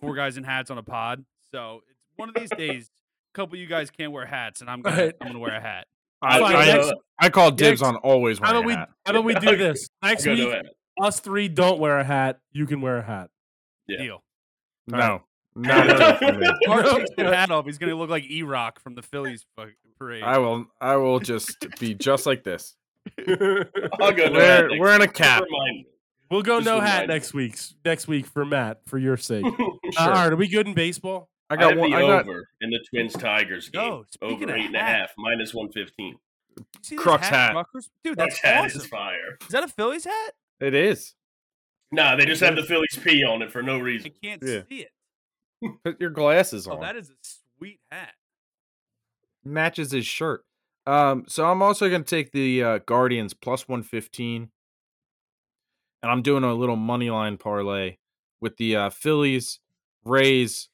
S3: four guys in hats on a pod. So it's one of these days, a couple of you guys can't wear hats, and I'm gonna,
S2: Right.
S3: I'm gonna wear a hat.
S5: I,
S2: Fine,
S5: I,
S2: next-
S5: I call dibs
S2: next-
S5: on always
S2: how
S5: wearing
S2: about
S5: a
S2: we? How
S5: hat.
S2: about we do this next
S4: Go
S2: week?
S4: to it.
S2: Us three don't wear a hat. You can wear a
S4: [LAUGHS]
S2: hat.
S4: Yeah.
S3: Deal.
S2: [LAUGHS]
S5: No, not a deal for me.
S3: Mark takes the hat off. He's gonna look like E Rock from the Phillies fuck- parade.
S5: I will. I will just be just like this.
S4: [LAUGHS] I'll go to
S5: We're,
S4: that.
S5: we're in a cap.
S4: Remind me.
S2: We'll go
S4: Just
S2: no hat
S4: remind me.
S2: next week's next week for Matt for your
S4: [LAUGHS]
S2: sake. Uh, all
S5: Sure.
S2: right, are we good in baseball?
S5: I
S4: I got
S5: got
S4: have
S5: one.
S4: the
S5: I got
S4: over in the Twins Tigers game.
S3: Yo, speaking
S4: over
S3: of
S4: eight and a
S3: hat-
S4: half, minus one fifteen.
S3: You see this
S5: Crux hat.
S3: Ruckers? Dude,
S4: That
S3: that's
S4: hat
S3: awesome.
S4: is fire.
S3: Is that a Phillies hat?
S5: it is.
S4: Nah, they just have the Phillies P on it for no
S3: I
S4: reason.
S3: can't
S5: Yeah.
S3: see it.
S5: Put your glasses on.
S3: Oh, that is a sweet hat.
S5: matches his shirt. Um, so I'm also going to take the uh, Guardians plus 115, and I'm doing a little money line parlay with the uh, Phillies, Rays,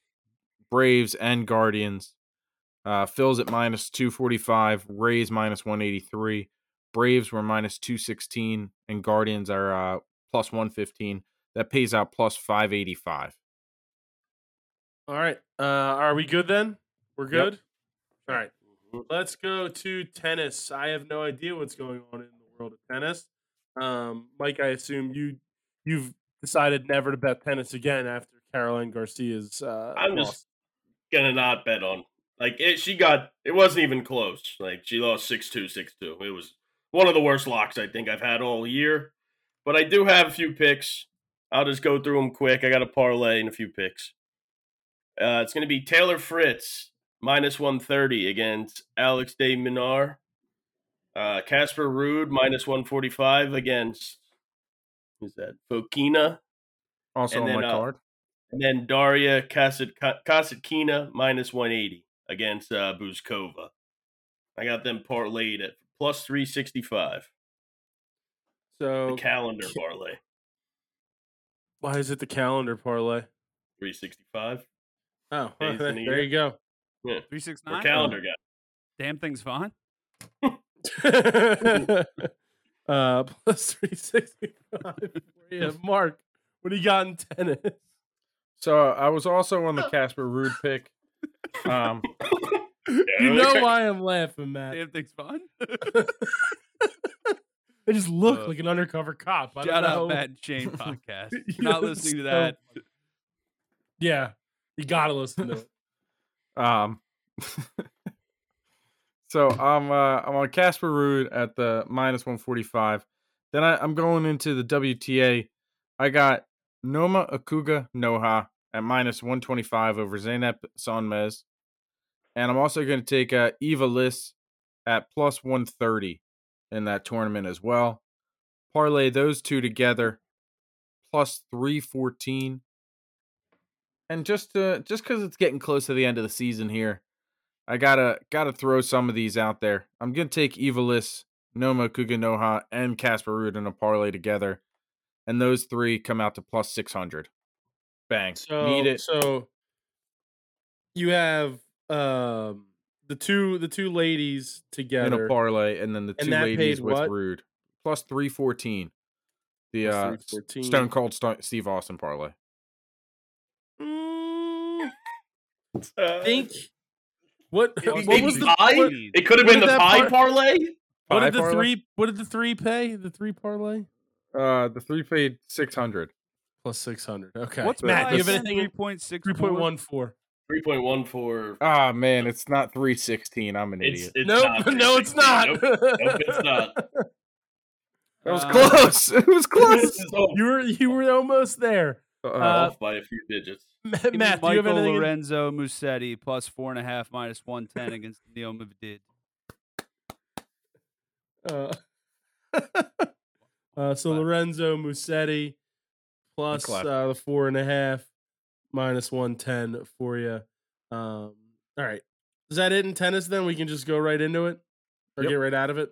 S5: Braves, and Guardians. Uh, Phils at minus 245, Rays minus 183, Braves were minus 216, and Guardians are uh, plus 115. That pays out plus 585.
S2: All right. Uh, are we good then? We're
S5: Yep.
S2: good. All right.
S4: Mm-hmm.
S2: Let's go to tennis. I have no idea what's going on in the world of tennis. Um, Mike, I assume you you've decided never to bet tennis again after Caroline Garcia's. Uh,
S4: I'm just-
S2: loss.
S4: Gonna not bet on. Like it, she got it wasn't even close. Like she lost six two, six two. It was one of the worst locks I think I've had all year. But I do have a few picks. I'll just go through them quick. I got a parlay and a few picks. Uh, it's gonna be Taylor Fritz minus one thirty against Alex De Minar. Uh, Casper Ruud minus one forty five against who's that? Fokina.
S5: Also
S4: And
S5: on
S4: then,
S5: my
S4: uh,
S5: card.
S4: And then Daria Kasat- Kasatkina minus 180 against uh, Buzkova. I got them parlayed at plus 365. The
S2: so.
S4: calendar parlay,
S2: why is it the calendar parlay?
S4: 365.
S2: Oh,
S4: Days in the
S2: there
S4: year.
S2: you go.
S3: Three six
S4: We're
S3: nine.
S4: calendar guy.
S3: Damn thing's fine.
S2: [LAUGHS] uh, plus three sixty
S5: [LAUGHS]
S2: five. Yeah, Mark. What do you got in tennis?
S5: So I was also on the Casper Rude pick. Um,
S2: You know
S4: [LAUGHS]
S2: why I'm laughing, Matt.
S3: Damn thing's fine.
S2: They just look
S3: Uh,
S2: like an undercover cop. I don't
S3: Shout
S2: know.
S3: out Matt and [LAUGHS] Shane podcast. If
S2: You
S3: You're not
S2: know,
S3: listening to
S2: so-
S3: [LAUGHS] that.
S2: Yeah, you gotta listen to it.
S5: Um, [LAUGHS] so I'm uh, I'm on Casper Ruud at the minus 145. Then I, I'm going into the WTA. I got Noma Akuga Noha at minus 125 over Zeynep Sonmez, and I'm also going to take uh, Eva Liss at plus 130 in that tournament as well. Parlay those two together, plus 314 and just to just because it's getting close to the end of the season here, I gotta gotta throw some of these out there. I'm gonna take Evilis, Noma Kuganoha, and Casper Ruud in a parlay together, and those three come out to plus six hundred. Bang!
S2: So,
S5: [LAUGHS] Need it.
S2: so you have um, the two the two ladies
S5: in
S2: together.
S5: a parlay, and then the
S2: And
S5: two
S2: that
S5: ladies
S2: paid
S5: with
S2: what?
S5: Rude plus three fourteen. The
S2: Plus
S5: uh,
S2: 314.
S5: Stone Cold Sto- Steve Austin parlay.
S2: Mm,
S4: Uh,
S2: think what?
S3: It
S2: What
S3: was
S2: was
S3: the
S2: the
S4: pie?
S2: what,
S4: It could have
S2: What
S4: been the
S2: did that
S4: pie
S2: par-
S4: parlay.
S2: what
S5: Pie
S2: did the
S5: parlay?
S2: three? What did the three pay? The three parlay.
S5: Uh, the three paid six hundred.
S2: plus six hundred. Okay.
S3: What's
S2: What's Matt?
S5: Matt, Matt,
S2: You
S5: you
S2: have
S5: have
S2: anything?
S3: Three point six.
S2: Three point one four.
S4: Three point one for
S5: Ah man, it's not 316. I'm an
S4: it's,
S5: idiot.
S4: it's
S2: No, [LAUGHS]
S4: not
S2: no, it's not.
S4: Nope. it's not.
S5: That was
S3: Uh,
S5: close. [LAUGHS] It was
S4: This [LAUGHS]
S5: close.
S4: is off,
S2: [LAUGHS] You were you were almost there. Uh,
S4: off by a few digits.
S2: [LAUGHS]
S4: [LAUGHS]
S2: Matt,
S3: Give me
S2: Matt, do you have
S3: Michael
S2: anything? in-
S3: Lorenzo Musetti plus four and a half minus one ten against Neil Mavdid.
S2: Uh, [LAUGHS] uh, so Lorenzo Musetti plus
S5: clap.
S2: uh, the four and a half minus one ten for you. Um, all right, is that it in tennis? Then we can just go right into it or
S5: Yep.
S2: get right out of it.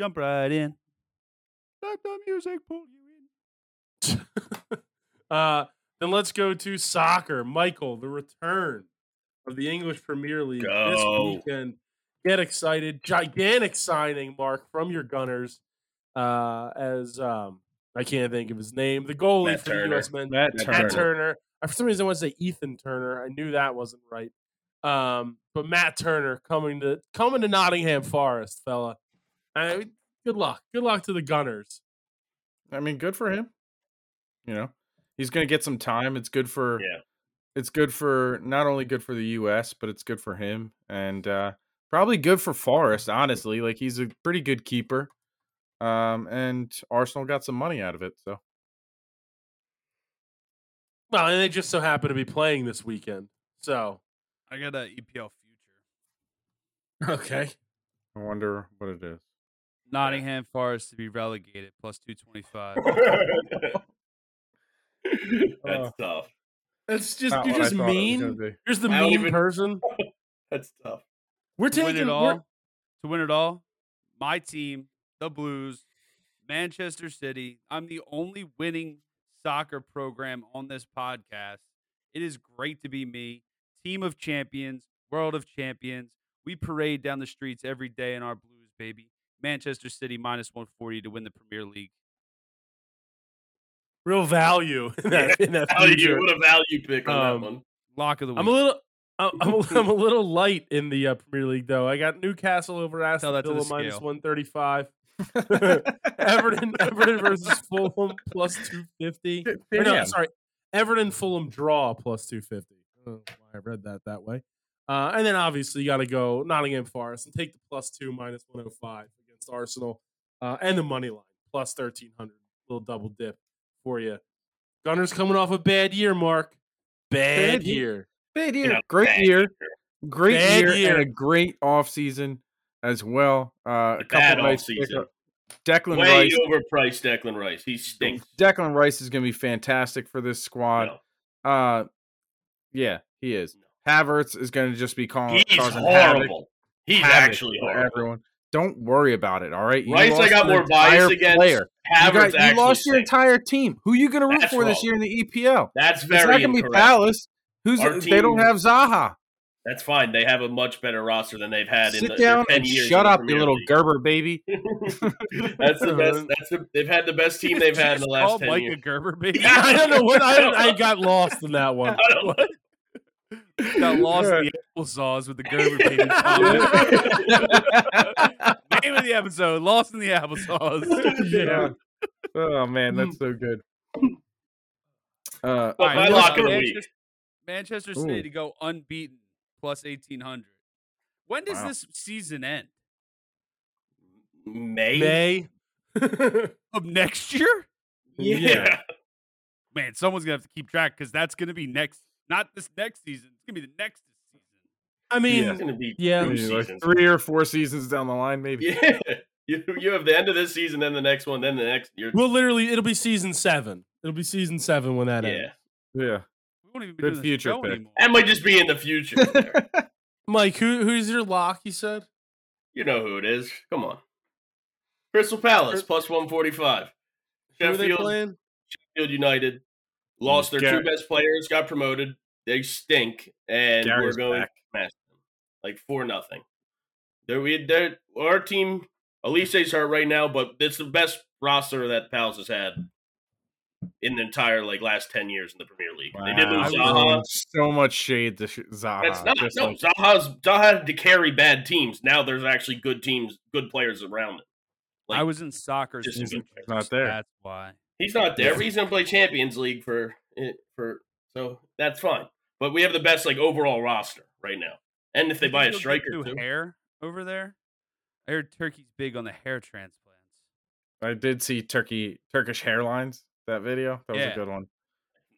S3: Jump right in. Let the music pull you
S2: Uh, then let's go to soccer. Michael, the return of the English Premier League
S4: Go.
S2: this weekend. Get excited! Gigantic signing, Mark, from your Gunners. Uh, as um, I can't think of his name, the goalie
S4: Matt
S2: for the
S4: Turner.
S2: U.S. men.
S5: Matt
S4: Matt
S2: Matt
S5: Turner.
S2: Turner. I, for some reason, I want to say Ethan Turner. I knew that wasn't right. Um, but Matt Turner coming to coming to Nottingham Forest, fella. I, good luck. Good luck to the Gunners.
S5: I mean, good for him. You know, he's going to get some time. It's good for
S4: Yeah.
S5: It's good for not only good for the U.S., but it's good for him, and uh, probably good for Forrest. Honestly, like he's a pretty good keeper, um, and Arsenal got some money out of it. So
S2: Well, and they just so happen to be playing this weekend. So
S3: in. I got a EPL future.
S2: okay,
S5: I wonder what it is.
S3: Nottingham Forest to be relegated plus two twenty five.
S2: Oh.
S4: That's tough.
S2: it's just
S5: Not
S2: you're
S5: what I
S2: just
S5: thought it was gonna
S2: mean.
S5: be.
S2: You're just the
S4: I don't
S2: mean
S4: even-
S2: person.
S4: That's tough.
S2: We're
S3: to win
S2: taking
S3: it
S2: we're-
S3: all, to win it all, my team, the Blues, Manchester City. I'm the only winning soccer program on this podcast. It is great to be me. Team of champions, world of champions. We parade down the streets every day in our Blues, baby. Manchester City minus 140 to win the Premier League.
S2: real value in that, in that
S4: Value.
S2: future.
S4: What a value pick on
S2: Um,
S4: that one.
S3: Lock of the week.
S2: I'm a little. I'm, I'm, a-
S4: [LAUGHS]
S2: I'm a little light in the uh, Premier League, though. I got Newcastle over Aston
S3: that to the
S2: Villa minus
S3: scale.
S2: 135.
S4: [LAUGHS]
S2: [LAUGHS]
S3: [LAUGHS]
S2: Everton, Everton versus Fulham plus 250. Or no,
S5: Yeah.
S2: sorry. Everton Fulham draw plus 250. I don't know why I read that that way. Uh, and then obviously you got to go Nottingham Forest and take the plus two minus 105 against Arsenal uh, and the money line plus 1300. Little double dip for you. Gunners coming off a bad year, Mark. Bad
S5: Bad ye-
S2: year. [LAUGHS]
S5: Bad
S4: You know,
S5: year, great
S4: bad
S5: year, great
S2: Bad
S5: year,
S2: year.
S5: and a great offseason as well. Uh, a
S4: Bad
S5: couple nice pick-
S4: offseason.
S5: Declan
S4: Way
S5: Rice.
S4: overpriced Declan Rice. He stinks.
S5: Declan Rice is going to be fantastic for this squad.
S4: No.
S5: Uh, yeah, he is. Havertz is going to just be calling.
S4: He's
S5: causing havoc-
S4: horrible. He's
S5: havoc
S4: actually
S5: for
S4: horrible.
S5: everyone. Don't worry about it. All right.
S4: Rice, I
S5: lost
S4: got
S5: your
S4: more bias
S5: entire
S4: against
S5: player. You,
S4: Havertz
S5: got- you
S4: actually
S5: lost your
S4: stinks.
S5: entire team. Who you going to root
S4: That's
S5: for this
S4: wrong.
S5: year in the EPL?
S4: That's
S5: It's not
S4: very
S5: going to be
S4: incorrect.
S5: Palace. Who's
S4: Our
S5: they don't
S4: team-
S5: have Zaha.
S4: That's fine. They have a much better roster than they've had in
S5: Sit
S4: the, their
S5: down
S4: 10
S5: and
S4: years
S5: shut
S4: in the
S5: up, you
S4: Premier
S5: little
S4: League.
S5: Gerber baby.
S4: [LAUGHS] that's the
S5: [LAUGHS]
S4: best. That's the, they've had the best team they've had in the last
S3: Call
S4: 10
S3: Micah
S4: years.
S3: Gerber, baby.
S4: [LAUGHS] Yeah.
S2: I don't know what I, I got lost in that
S4: [LAUGHS]
S2: one.
S4: I don't-
S3: Got lost
S4: [LAUGHS]
S3: in the applesauce with the Gerber baby.
S2: Um,
S3: comment. Name of the episode: Lost in the applesauce.
S5: yeah. Oh man, that's so good. Uh,
S4: But
S3: All right,
S4: my
S3: let's
S4: lock
S3: go
S4: of the week.
S3: Manchester, Manchester City
S5: Ooh.
S3: to go unbeaten plus eighteen hundred. When does
S5: Wow.
S3: this season end?
S4: May?
S2: May.
S3: Of next year?
S4: [LAUGHS] Yeah.
S3: Man, someone's gonna have to keep track because that's gonna be next, not this next season. It's gonna be the next season.
S2: [LAUGHS] I
S4: It's
S2: mean,
S4: going to be
S2: Yeah.
S4: two
S5: maybe, like
S4: seasons.
S5: three or four seasons down the line, maybe.
S4: [LAUGHS] Yeah. You, you have the end of this season, then the next one, then the next. You're,
S2: we'll literally, it'll be season seven. It'll be season seven when that ends.
S4: yeah.
S5: Yeah.
S3: We won't even be
S5: Good
S3: doing
S5: future
S3: the show
S5: pick.
S3: anymore.
S4: That might just be in the
S5: [LAUGHS]
S4: future. there.
S2: Mike, who who's your lock? You said
S4: you know who it is. Come on. Crystal Palace, plus 145.
S2: who are they
S4: Sheffield
S2: playing? [LAUGHS]
S4: Sheffield United lost their
S5: Garrett-
S4: two best players, got promoted. They stink, and
S5: Gary's
S4: we're going to
S5: back.
S4: smash them like four nothing. There we there our team. Elise's hurt right now, but it's the best roster that Pals has had in the entire like last ten years in the Premier League. They did
S5: Wow.
S4: lose
S5: Throwing
S4: Zaha.
S5: So much shade to sh- Zaha.
S4: That's not
S5: Just
S4: no
S5: like-
S4: Zaha's Zaha had to carry bad teams. Now there's actually good teams, good players around him.
S3: I was in soccer.
S4: Just
S3: this
S4: isn't-
S3: weekend,
S5: not there.
S3: That's why.
S4: He's not there. but He's going to play Champions League for eh, for so that's fine. But we have the best like overall roster right now. And if they
S3: You
S4: buy
S3: think
S4: a
S3: they'll get
S4: striker
S3: new
S4: too,
S3: hair over there. I heard Turkey's big on the hair transplants.
S5: I did see Turkey Turkish hairlines that video. That was
S3: Yeah.
S5: a good one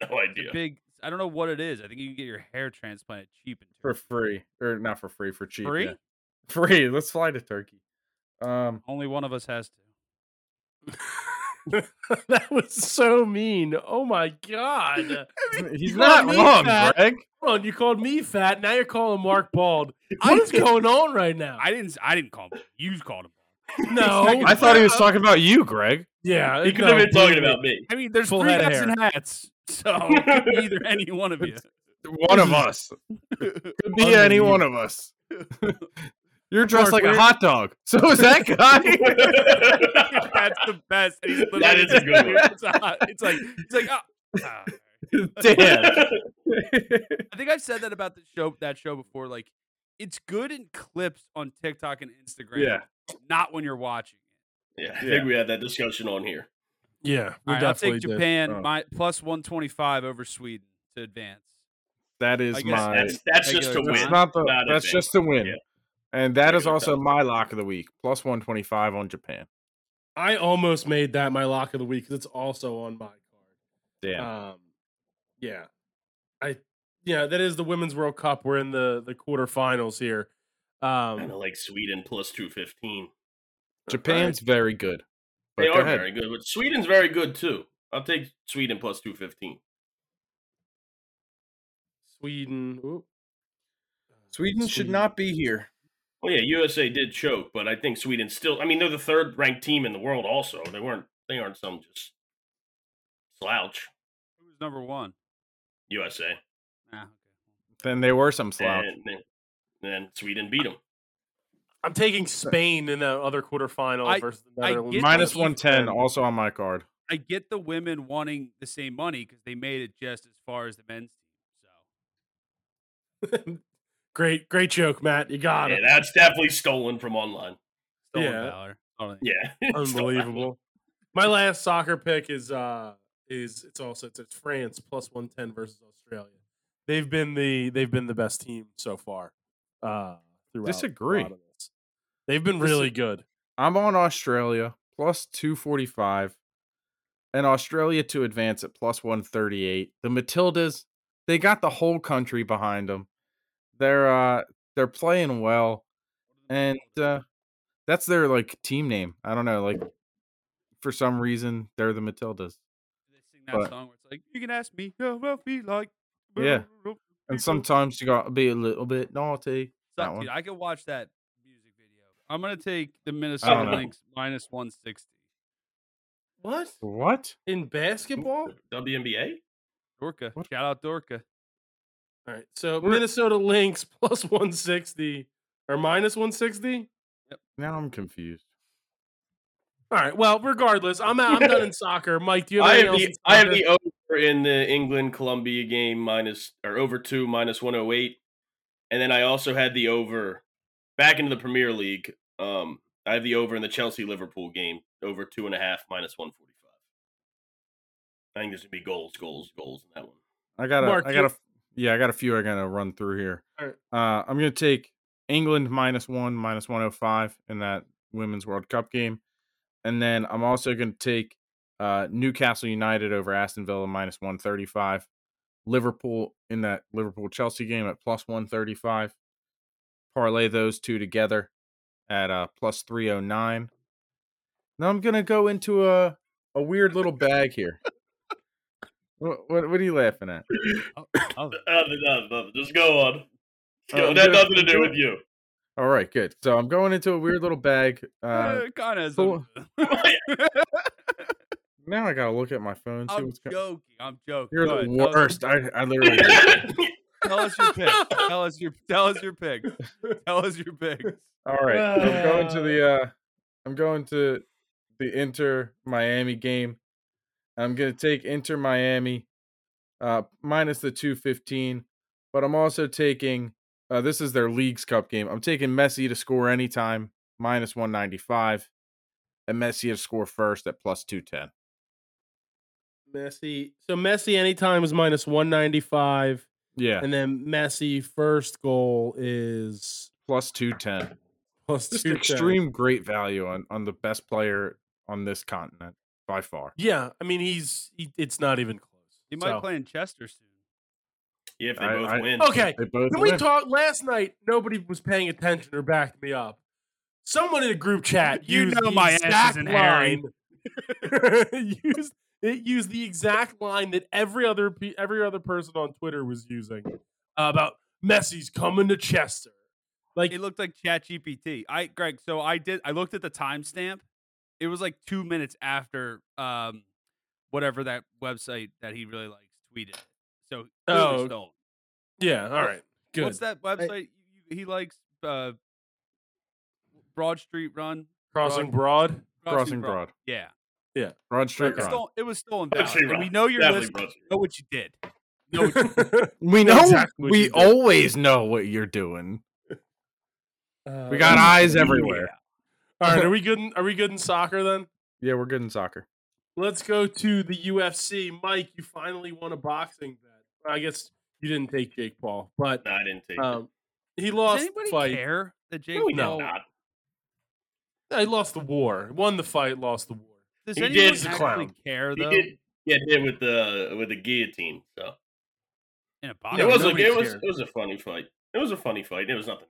S4: no
S3: It's a [LAUGHS]
S4: idea.
S3: big. I don't know what it is. I think you can get your hair transplanted cheap and
S5: for free or not for free for cheap. yeah.
S3: free.
S5: free. Let's fly to Turkey. Um,
S3: Only one of us has to.
S2: that was so mean. Oh my
S4: [LAUGHS]
S2: god.
S5: he's
S2: you
S5: not
S2: called me
S5: wrong,
S2: fat.
S5: Greg.
S2: Hold on, you called me fat. Now you're calling Mark bald. What is going on right now?
S3: I didn't. I didn't call him. You called him.
S2: no,
S5: I thought he was talking about you, Greg.
S2: Yeah,
S4: He could have been talking about me.
S3: I mean, there's
S2: Full
S3: three
S2: head of
S3: hats and hats, so
S4: [LAUGHS]
S3: it could be either any one of you.
S5: One of us could be any one of us. [LAUGHS] You're dressed
S2: Mark,
S5: like a
S2: where-
S5: hot dog. So is that guy?
S4: [LAUGHS]
S3: [LAUGHS] That's the best. And he's
S4: That
S3: literally
S4: is a good one.
S3: It's, hot. It's like it's like. ah, ah.
S5: Damn.
S3: I think I've said that about the show that show before. Like, it's good in clips on TikTok and Instagram.
S5: Yeah.
S3: Not when you're watching.
S4: yeah, I
S5: Yeah.
S4: think we had that discussion on here.
S2: Yeah,
S3: All
S2: we
S3: right, I'll
S2: definitely
S3: take
S2: did.
S3: Japan
S5: Oh.
S3: my plus one twenty five over Sweden to advance.
S5: That is
S3: I guess
S5: my.
S4: That's that's just to
S3: regular
S5: That's
S4: win.
S3: time.
S5: not the.
S4: Not
S5: that's
S4: advanced.
S5: just the win,
S4: Yeah.
S5: and that is
S4: Regular
S5: also
S4: time.
S5: my lock of the week. Plus one twenty five on Japan.
S2: I almost made that my lock of the week 'cause it's also on my card.
S5: Damn.
S2: Um, yeah, I yeah that is the Women's World Cup. We're in the the quarterfinals here.
S4: Kind of
S2: Um,
S4: like Sweden plus two fifteen.
S5: Japan's very good. But
S4: They
S5: go
S4: are
S5: ahead.
S4: very good, but Sweden's very good too. I'll take Sweden plus two fifteen.
S2: Sweden. ooh.
S5: Sweden should not be here.
S4: Well, yeah, USA did choke, but I think Sweden still. I mean, they're the third ranked team in the world. Also, they weren't. They aren't some just slouch.
S3: Who's number one?
S4: USA,
S3: Ah, okay.
S5: Then they were some slouch.
S4: and then, then Sweden beat them.
S2: I'm taking Spain in the other quarterfinal
S3: I-
S2: versus the
S3: I
S2: Netherlands.
S3: get
S5: Minus
S3: the-
S5: one ten, also on my card.
S3: I get the women wanting the same money because they made it just as far as the men's team. So
S2: great, great joke, Matt. You got
S4: Yeah,
S2: it.
S4: that's definitely stolen from online.
S3: stolen
S2: Yeah.
S3: valor. Stolen.
S4: Yeah, [LAUGHS] It's stolen.
S2: Unbelievable. My last soccer pick is uh is it's also it's, it's France plus one ten versus Australia. They've been the they've been the best team so far. Uh throughout a lot
S5: Disagree.
S2: of this. They've been really good.
S5: I'm on Australia plus two forty five, and Australia to advance at plus one thirty eight. The Matildas, they got the whole country behind them. They're uh they're playing well, and uh, that's their like team name. I don't know, like for some reason they're the Matildas.
S3: They sing that
S5: But-
S3: song where it's like, "You can ask me, how I feel like."
S5: Yeah. And
S3: Suck,
S5: sometimes you gotta be a little bit naughty. that
S3: dude,
S5: one.
S3: I could watch that music video. I'm gonna take the
S5: don't
S3: Minnesota
S5: know.
S3: Lynx minus one sixty.
S2: What?
S5: What?
S2: In basketball?
S4: WNBA.
S3: Dorka,
S5: What?
S3: shout out Dorka.
S2: All right. So Minnesota [LAUGHS] Lynx plus one sixty or minus one sixty?
S5: Now I'm confused.
S2: All right. Well, regardless, I'm out. I'm done in soccer. Mike, do you have
S4: I
S2: anything else?
S4: have the
S2: in
S4: I have
S2: soccer?
S4: the over in the England Columbia game minus or over two minus one oh eight, and then I also had the over back into the Premier League. Um, I have the over in the Chelsea Liverpool game over two and a half minus one forty five. I think there's gonna be goals, goals, goals in that one.
S5: I got
S2: Mark,
S5: a, I got
S2: you-
S5: a, f- yeah, I got a few I gotta run through here.
S2: Alright.
S5: Uh, I'm gonna take England minus one, minus one hundred five in that Women's World Cup game, and then I'm also gonna take uh, Newcastle United over Aston Villa minus one thirty five, Liverpool in that Liverpool Chelsea game at plus one thirty five. Parlay those two together at uh, plus three oh nine. Now I'm gonna go into a a weird little
S2: [LAUGHS]
S5: bag here. What, what, what are you laughing at?
S3: Oh,
S4: Uh, no, no, no, just go on. Just
S5: Uh,
S4: go-
S5: I'm
S4: that had
S5: gonna-
S4: nothing to do with you.
S5: All right, good. So I'm going into a weird little bag. Uh,
S3: [LAUGHS] kind of.
S5: so-
S3: I'm
S5: now I gotta look at my phone. See what's going.
S3: joking. I'm joking.
S5: You're
S3: Go
S5: the
S3: ahead, tell us-
S5: worst. I, I literally.
S4: [LAUGHS]
S3: Tell us your pick. Tell us your. Tell us
S5: [LAUGHS]
S3: your pick. Tell us your pick.
S5: All right, I'm going to the. Uh, I'm going to the Inter Miami game. I'm gonna take Inter Miami, uh, minus the two fifteen, but I'm also taking. Uh, this is their League's Cup game. I'm taking Messi to score anytime, minus one ninety five, and Messi to score first at plus two ten.
S2: Messi. So Messi anytime is minus one ninety five,
S5: Yeah.
S2: and then Messi first goal is
S5: Plus 210.
S2: plus
S5: Just
S2: two ten.
S5: extreme great value on, on the best player on this continent by far.
S2: Yeah, I mean he's he, it's not even close.
S3: You might
S2: So-
S3: play in Chester soon.
S4: [LAUGHS] Yeah, if they
S5: I-
S4: both
S5: I-
S4: win.
S2: Okay,
S5: They both
S2: Can we
S5: win.
S2: talk? Last night, nobody was paying attention or backed me up. Someone in the group chat
S3: You
S2: used
S3: know
S2: the
S3: my ass
S2: exact
S3: isn't hairy.
S2: line. [LAUGHS] used, it used the exact line that every other pe- every other person on Twitter was using uh, about Messi's coming to Chester. Like,
S3: It looked like Chat GPT. I Greg, so I did I looked at the timestamp. It was like two minutes after um whatever that website that he really likes tweeted. So clearly
S2: Oh,
S3: stolen.
S2: yeah, all right, good.
S3: What's that website you- he likes? Uh, Broad Street Run.
S2: Crossing Broad.
S5: Crossing Broad.
S3: Yeah,
S5: Broad
S3: it
S5: Street
S3: was,
S5: Run.
S3: stolen, it was stolen.
S4: Broad
S3: ballot,
S4: Street
S3: and
S4: Run.
S3: We know your
S4: Definitely
S3: list.
S4: Broad Street.
S3: Know what you did. Know
S2: [LAUGHS]
S3: what you
S2: we
S5: We know.
S2: exactly what you
S5: we
S2: did.
S5: always know what you're doing. We got eyes everywhere.
S2: All Uh,
S3: [LAUGHS]
S2: right, are we good? In, are we good in soccer then?
S5: Yeah. we're good in soccer.
S2: Let's go to the UFC. Mike, you finally won a boxing bet. I guess you didn't take Jake Paul, but
S4: No, I didn't take
S5: Uh,
S4: it.
S2: um, he
S3: Does
S2: lost the
S3: anybody
S2: fight.
S3: care that Jake
S2: Really
S3: Paul?
S4: Not.
S2: Yeah, he lost the war. Won the fight, lost the war.
S3: Does
S4: He did.
S3: anyone
S4: He's a
S3: actually
S2: clown.
S3: care
S4: He
S3: though?
S4: did, yeah, he did with the with the guillotine. So
S3: In
S2: Yeah,
S3: a
S4: it
S3: box,
S4: was a,
S2: nobody
S4: it was
S2: cared.
S4: it was a funny fight. It was a funny fight. It was nothing.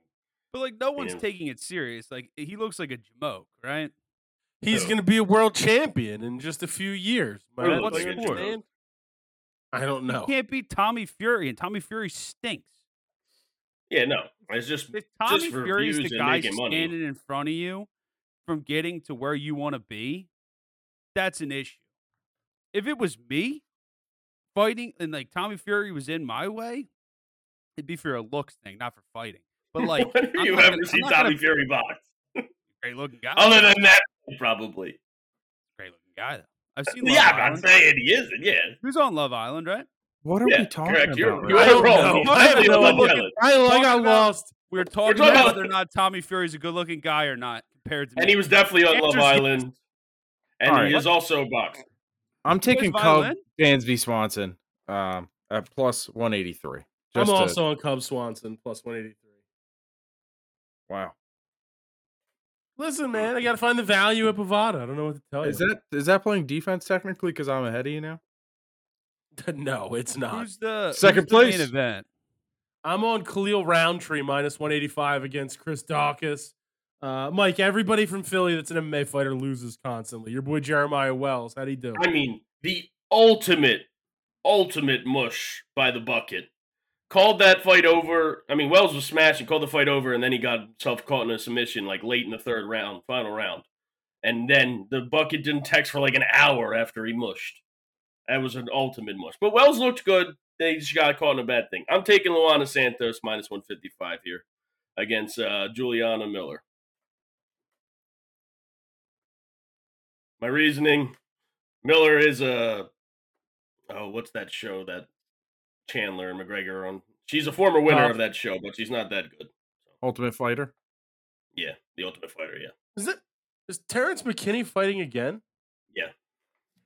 S3: but like no one's
S4: Yeah.
S3: taking it serious. Like he looks like a jamoke, right?
S2: He's
S4: Oh.
S2: going to be a world champion in just a few years.
S4: Or
S2: Mike.
S4: what's
S2: Like,
S4: the
S2: you
S4: sport?
S2: understand? I don't
S4: Oh.
S2: know.
S3: He can't beat Tommy Fury, and Tommy Fury stinks.
S4: Yeah, no. It's [LAUGHS] just
S3: If Tommy
S4: for
S3: Fury is
S4: views
S3: the
S4: and
S3: guy
S4: making money.
S3: standing in front of you from getting to where you want to be, that's an issue. If it was me fighting and like Tommy Fury was in my way, it'd be for a looks thing, not for fighting. But
S4: [LAUGHS]
S3: like,
S4: when have
S3: I'm
S4: you
S3: not
S4: ever
S3: gonna- I'm
S4: seen
S3: not gonna-
S4: Tommy Fury box?
S3: great looking guy,
S4: Other than that, probably.
S3: great looking guy though.
S4: [LAUGHS]
S3: I've seen. Love
S4: Yeah, I'm not
S3: Island.
S4: saying he isn't. Yeah,
S3: He was on Love Island, right?
S5: What are
S4: yeah,
S5: we talking
S4: correct.
S5: about?
S4: You're,
S5: right
S4: you
S2: I
S4: are
S2: don't
S4: wrong.
S2: know. I have
S4: Definitely
S2: no
S4: Love
S2: idea.
S4: Island.
S2: I, I got
S3: Talking about-
S2: lost.
S3: We were talking
S4: talking
S3: about
S4: about-
S3: whether or not Tommy Fury's a good looking guy or not compared to
S4: And
S3: me.
S4: he was definitely on Love
S3: Answer's yes.
S4: Island. And
S5: All
S4: he
S5: right.
S4: is also a boxer.
S5: I'm taking Cub
S3: violin?
S5: Dansby Swanson um, at plus 183.
S2: I'm
S5: Just to-
S2: also on Cub Swanson plus 183.
S5: wow.
S2: Listen, man, I got to find the value at Bovada. I don't know what to tell
S5: Is
S2: you.
S5: that is that playing defense technically? Because I'm ahead of you now.
S2: [LAUGHS] no, it's not.
S3: Who's the
S5: Second
S3: who's the main
S5: place.
S3: event?
S2: I'm on Khalil Roundtree minus 185 against Chris Dawkins. Uh, Mike, everybody from Philly that's an MMA fighter loses constantly. Your boy Jeremiah Wells, how'd he do?
S4: I mean, the ultimate, ultimate mush by the bucket. Called that fight over. I mean, Wells was smashing, called the fight over, and then he got himself caught in a submission like late in the third round, final round. And then the bucket didn't text for like an hour after he mushed. That was an ultimate mush. But Wells looked good. They just got caught in a bad thing. I'm taking Luana Santos minus 155 here against uh, Juliana Miller. My reasoning Miller is a oh, what's that show that Chandler and McGregor are on? She's a former winner
S2: Tough.
S4: of that show, but she's not that good.
S5: Ultimate Fighter.
S4: Yeah, the Ultimate Fighter. Yeah,
S2: Is it is Terrence McKinney fighting again?
S4: Yeah.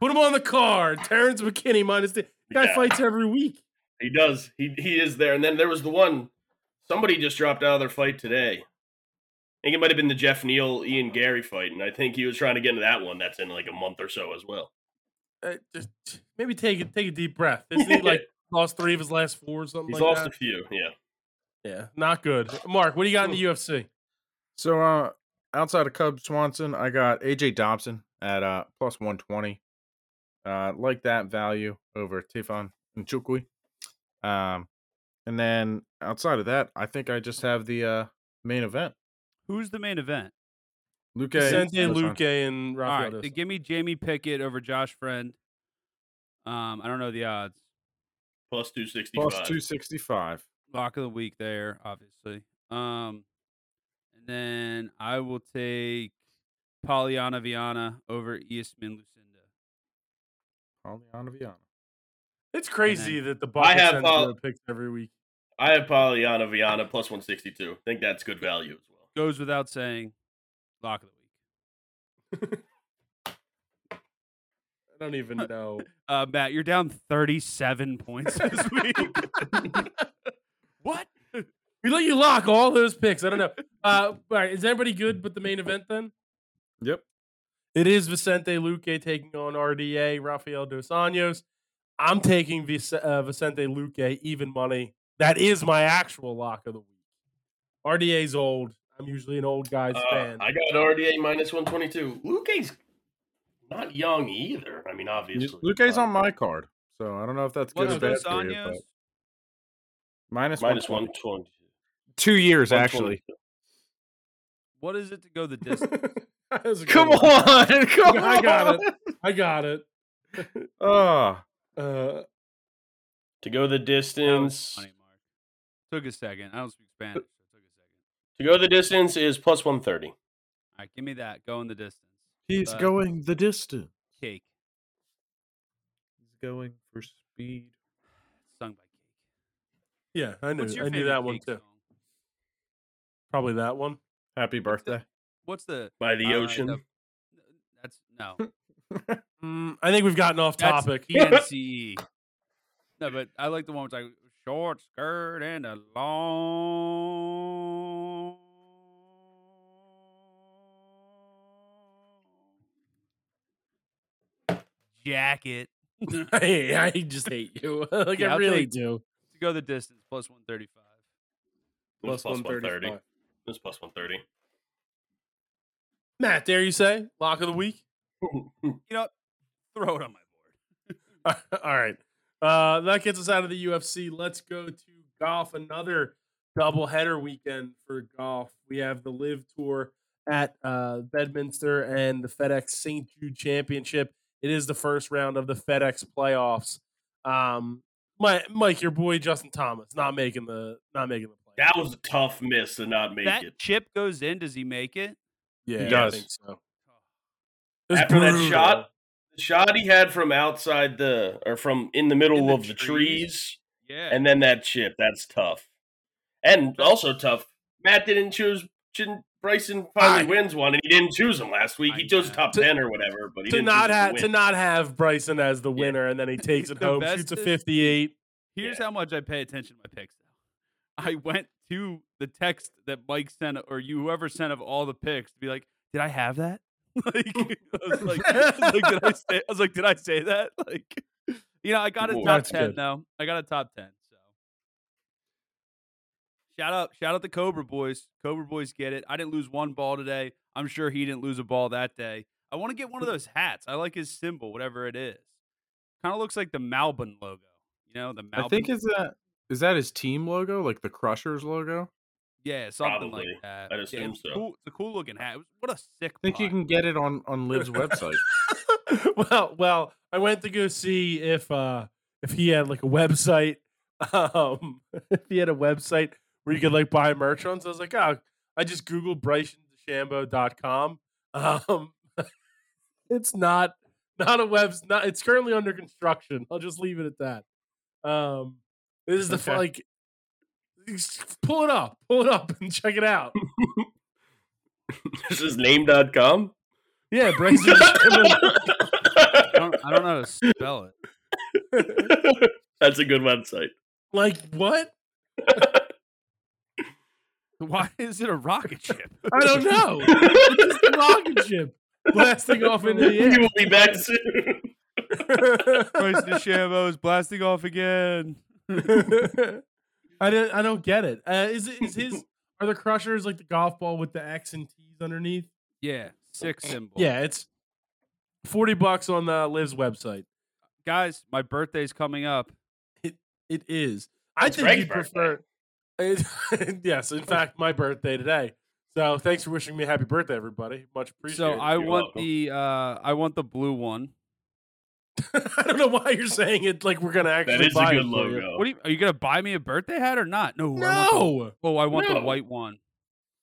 S2: Put him on the card. Terrence McKinney minus the guy
S4: Yeah.
S2: fights every week.
S4: he does. He he is there. And then there was the one somebody just dropped out of their fight today. I think it might have been the Jeff Neal Ian Gary fight, and I think he was trying to get into that one. That's in like a month or so as well.
S2: Uh, just maybe take a take a deep breath. Isn't [LAUGHS] he
S4: [LAUGHS]
S2: like lost three of his last four or something like
S4: He's lost
S2: that?
S4: a few. Yeah,
S2: yeah, not good. Mark, what do you got in the UFC?
S5: So uh, outside of Cub Swanson, I got AJ Dobson at uh, plus 120. Uh, like that value over Tifon and Chukwi. Um, and then outside of that, I think I just have the uh, main event.
S3: Who's the main event?
S5: Luke.
S2: Vicente
S5: Dos
S2: Luque and
S3: All
S2: Rafael.
S3: right,
S2: Dos
S3: then give me Jamie Pickett over Josh Friend. Um, I don't know the odds.
S4: plus two sixty
S5: Plus
S4: five.
S5: 265.
S3: Lock of the week there, obviously. Um, and then I will take Pollyanna Viana over Eastman Lucinda.
S5: Pauliano Viana.
S2: It's crazy
S3: then-
S2: that the Bucks
S4: have,
S2: have
S4: uh,
S2: picks every week.
S4: I have Pollyanna Viana plus one sixty two. I think that's good value as well.
S3: Goes without saying, lock of the week.
S2: I don't [LAUGHS] even know.
S3: Uh, Matt, you're down 37 points [LAUGHS] this week.
S2: [LAUGHS]
S3: what?
S2: We let you lock all those picks. I don't know. Uh, all right, is everybody good but the main event then?
S5: Yep.
S2: It is Vicente Luque taking on RDA Rafael Dos Anjos. I'm taking Vic- uh, Vicente Luque even money. That is my actual lock of the week. RDA's old. I'm usually an old guy's
S4: Uh,
S2: fan.
S4: I got RDA minus 122. Luke's not young either. I mean, obviously. Uh,
S5: Luke's
S4: but
S5: on my card, so I don't know if that's good
S3: What's
S5: or bad
S3: Dos
S5: for you.
S3: Anjos?
S5: But minus
S4: minus
S5: 120.
S4: 120.
S5: Two years
S4: 122.
S5: actually.
S3: What is it to go the distance?
S2: [LAUGHS] That was a good
S5: Come
S2: one.
S5: on, [LAUGHS] come
S2: I got
S5: on.
S2: it. I got it.
S5: Oh,
S2: Uh,
S4: To go the
S3: That was
S2: [LAUGHS]
S4: distance.
S3: funny, Mark. Took a second. I don't speak Spanish. So it took a second.
S4: To go the distance is plus 130.
S3: All right, give me that. Go in the distance.
S5: he's
S3: Uh,
S5: going the distance.
S3: Cake.
S5: He's going for speed.
S3: It's sung by Cake.
S2: yeah, I knew.
S3: What's your
S2: I knew
S3: favorite
S2: that one
S3: Cake
S2: too.
S3: song?
S2: Probably that one.
S5: Happy birthday.
S3: What's the
S4: By the
S3: uh,
S4: ocean.
S3: the- that's
S2: [LAUGHS]
S3: no. E
S2: Mm, I think we've gotten off
S3: That's
S2: topic. [LAUGHS]
S3: PNCE. no, but I like the one with like short skirt and a long. Jacket to
S2: I, I just hate you. [LAUGHS] like
S3: Yeah,
S2: I
S3: I'll
S2: really
S3: take-
S2: do.
S3: go the distance plus one thirty five.
S4: It's plus 130.
S2: 135.
S4: It's plus 130.
S2: Matt, dare you say lock of the week?
S3: You know, throw it on my
S2: [LAUGHS]
S3: board.
S2: All right. Uh, that gets us out of the UFC. Let's go to golf. Another doubleheader weekend for golf. We have the Live Tour at uh, Bedminster and the FedEx St. Jude Championship. It is the first round of the FedEx playoffs. Um, my, Mike, your boy Justin Thomas not making the not making the play.
S4: That was a tough miss to not make
S3: that
S4: it.
S3: chip goes in. Does he make it?
S2: yeah, I
S5: does.
S2: think so. It was
S4: After that
S2: brutal.
S4: shot, the shot he had from outside the, or from in the middle
S3: In the
S4: of the trees,
S3: trees. Yeah.
S4: and then that chip, that's tough. And also tough, Matt didn't choose, didn't, Bryson finally
S2: I-
S4: wins one, and he didn't choose him last week.
S3: I
S4: He chose
S3: know.
S4: top
S2: To-
S4: 10 or whatever, but he
S2: to
S4: didn't
S2: not
S4: choose
S2: have
S4: win.
S2: to not have Bryson as the winner, and then
S4: [LAUGHS]
S2: he takes it
S3: The
S2: home,
S3: best
S2: shoots a
S3: is-
S2: fifty-eight.
S3: Here's
S4: Yeah.
S3: how much I pay attention to my picks now. I went to the text that Mike sent or you whoever sent of all the picks to be like, did I have that? [LAUGHS] like, I was like, [LAUGHS] I was like, did I say I was like, did I say that? [LAUGHS] Like you know, I got a
S4: Well,
S3: top
S2: that's
S3: ten
S2: good.
S3: though. I got a top ten. So shout out shout out the Cobra boys. Cobra boys get it. I didn't lose one ball today. I'm sure he didn't lose a ball that day. I want to get one of those hats. I like his symbol, whatever it is. Kind of looks like the Malbon logo. You know, the Malbon
S5: I think is that is that his team logo, like the Crushers logo.
S3: Yeah, something
S4: Probably.
S3: like that.
S4: I'd
S3: Yeah,
S4: assume
S3: it's
S4: so.
S3: Cool, it's a cool looking hat. It was- What a sick.
S5: I think you
S3: putt.
S4: [LAUGHS]
S5: can get it on on Liv's website.
S2: [LAUGHS] well, well, I went to go see if uh if he had like a website, [LAUGHS] um, if he had a website where you could like buy merch on. So I was like, oh, I just googled BrysonDeChambeau.com. Um, [LAUGHS] it's not not a web's not. It's currently under construction. I'll just leave it at that. Um, this is the fu-
S5: Okay.
S2: like. Pull it up, pull it up, and check it out.
S4: [LAUGHS] This is name.com.
S2: [LAUGHS] [LAUGHS] Yeah, Bryson. DeChambeau.
S3: I don't, I don't know how to spell it.
S4: [LAUGHS]
S3: [LAUGHS]
S4: That's a good website.
S2: [LAUGHS] like what?
S3: Why is it a rocket ship?
S2: I don't know. [LAUGHS]
S4: [LAUGHS]
S2: It's just a rocket ship blasting off into the
S4: He
S2: air.
S4: will be back soon.
S3: Bryce DeChambeau is blasting off again.
S2: [LAUGHS] I don't. I don't get it. Uh, is it is his? Are the crushers like the golf ball with the X and T's underneath?
S3: Yeah, sick symbol.
S2: Yeah, it's forty bucks on the Liv's website.
S3: guys, my birthday's coming up.
S2: It is. I
S4: It's
S2: think
S4: Greg's
S2: you prefer. It- [LAUGHS] yes, in fact, my birthday today. So thanks for wishing me a happy birthday, everybody. Much
S3: so
S2: appreciated.
S3: I
S4: You're
S3: want
S4: welcome.
S3: the uh I want the blue one.
S2: [LAUGHS] I don't know why you're saying it like we're gonna actually
S4: That is
S2: buy
S4: a
S2: it
S4: good
S2: for you.
S4: logo.
S3: What are you, are you gonna buy me a birthday hat or not? No. I want the-
S2: No. [LAUGHS]
S3: oh, I want the
S4: No.
S3: white one.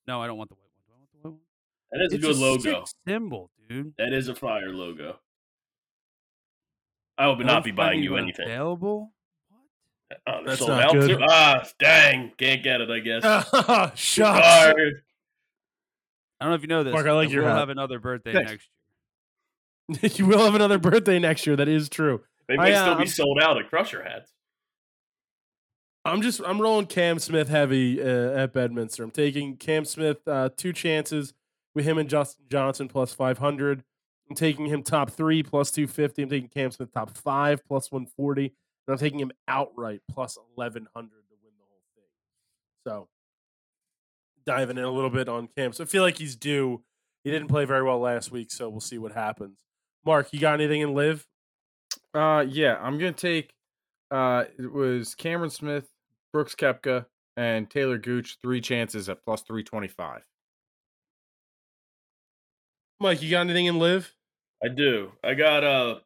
S3: No, I don't want the white one. Do I want the white one?
S4: That is a
S3: It's
S4: good
S3: sick
S4: logo.
S3: symbol, dude.
S4: That is a fire logo. I will
S3: I
S4: not
S3: don't
S4: be
S3: find
S4: buying
S3: it
S4: you
S3: even
S4: anything.
S3: Available? What?
S4: Oh, they're
S2: That's
S4: sold
S2: not
S4: out
S2: good.
S4: too. Ah, dang. Can't get it, I guess.
S2: Ah, [LAUGHS] Shucks.
S4: Sorry.
S3: I don't know if you know this.
S2: Mark, I like your
S3: will
S2: hat.
S3: have another birthday
S5: Thanks.
S2: [LAUGHS]
S3: next
S2: you will have another birthday next year. That is true.
S4: They
S2: I,
S4: may
S2: uh,
S4: still be
S2: I'm-
S4: sold out at Crusher hats.
S2: I'm just I'm rolling Cam Smith heavy uh, at Bedminster. I'm taking Cam Smith uh, two chances with him and Justin Johnson plus 500. I'm taking him top three plus 250. I'm taking Cam Smith top five plus 140, and I'm taking him outright plus 1100 to win the whole thing. So diving in a little bit on Cam. So I feel like he's due. He didn't play very well last week, so we'll see what happens. Mark, you got anything in live?
S5: [LAUGHS] Uh, yeah, I'm gonna take. Uh, it was Cameron Smith, Brooks Kepka, and Taylor Gooch. Three chances at plus three twenty five.
S2: Mike, you got anything in live?
S4: I do. I got uh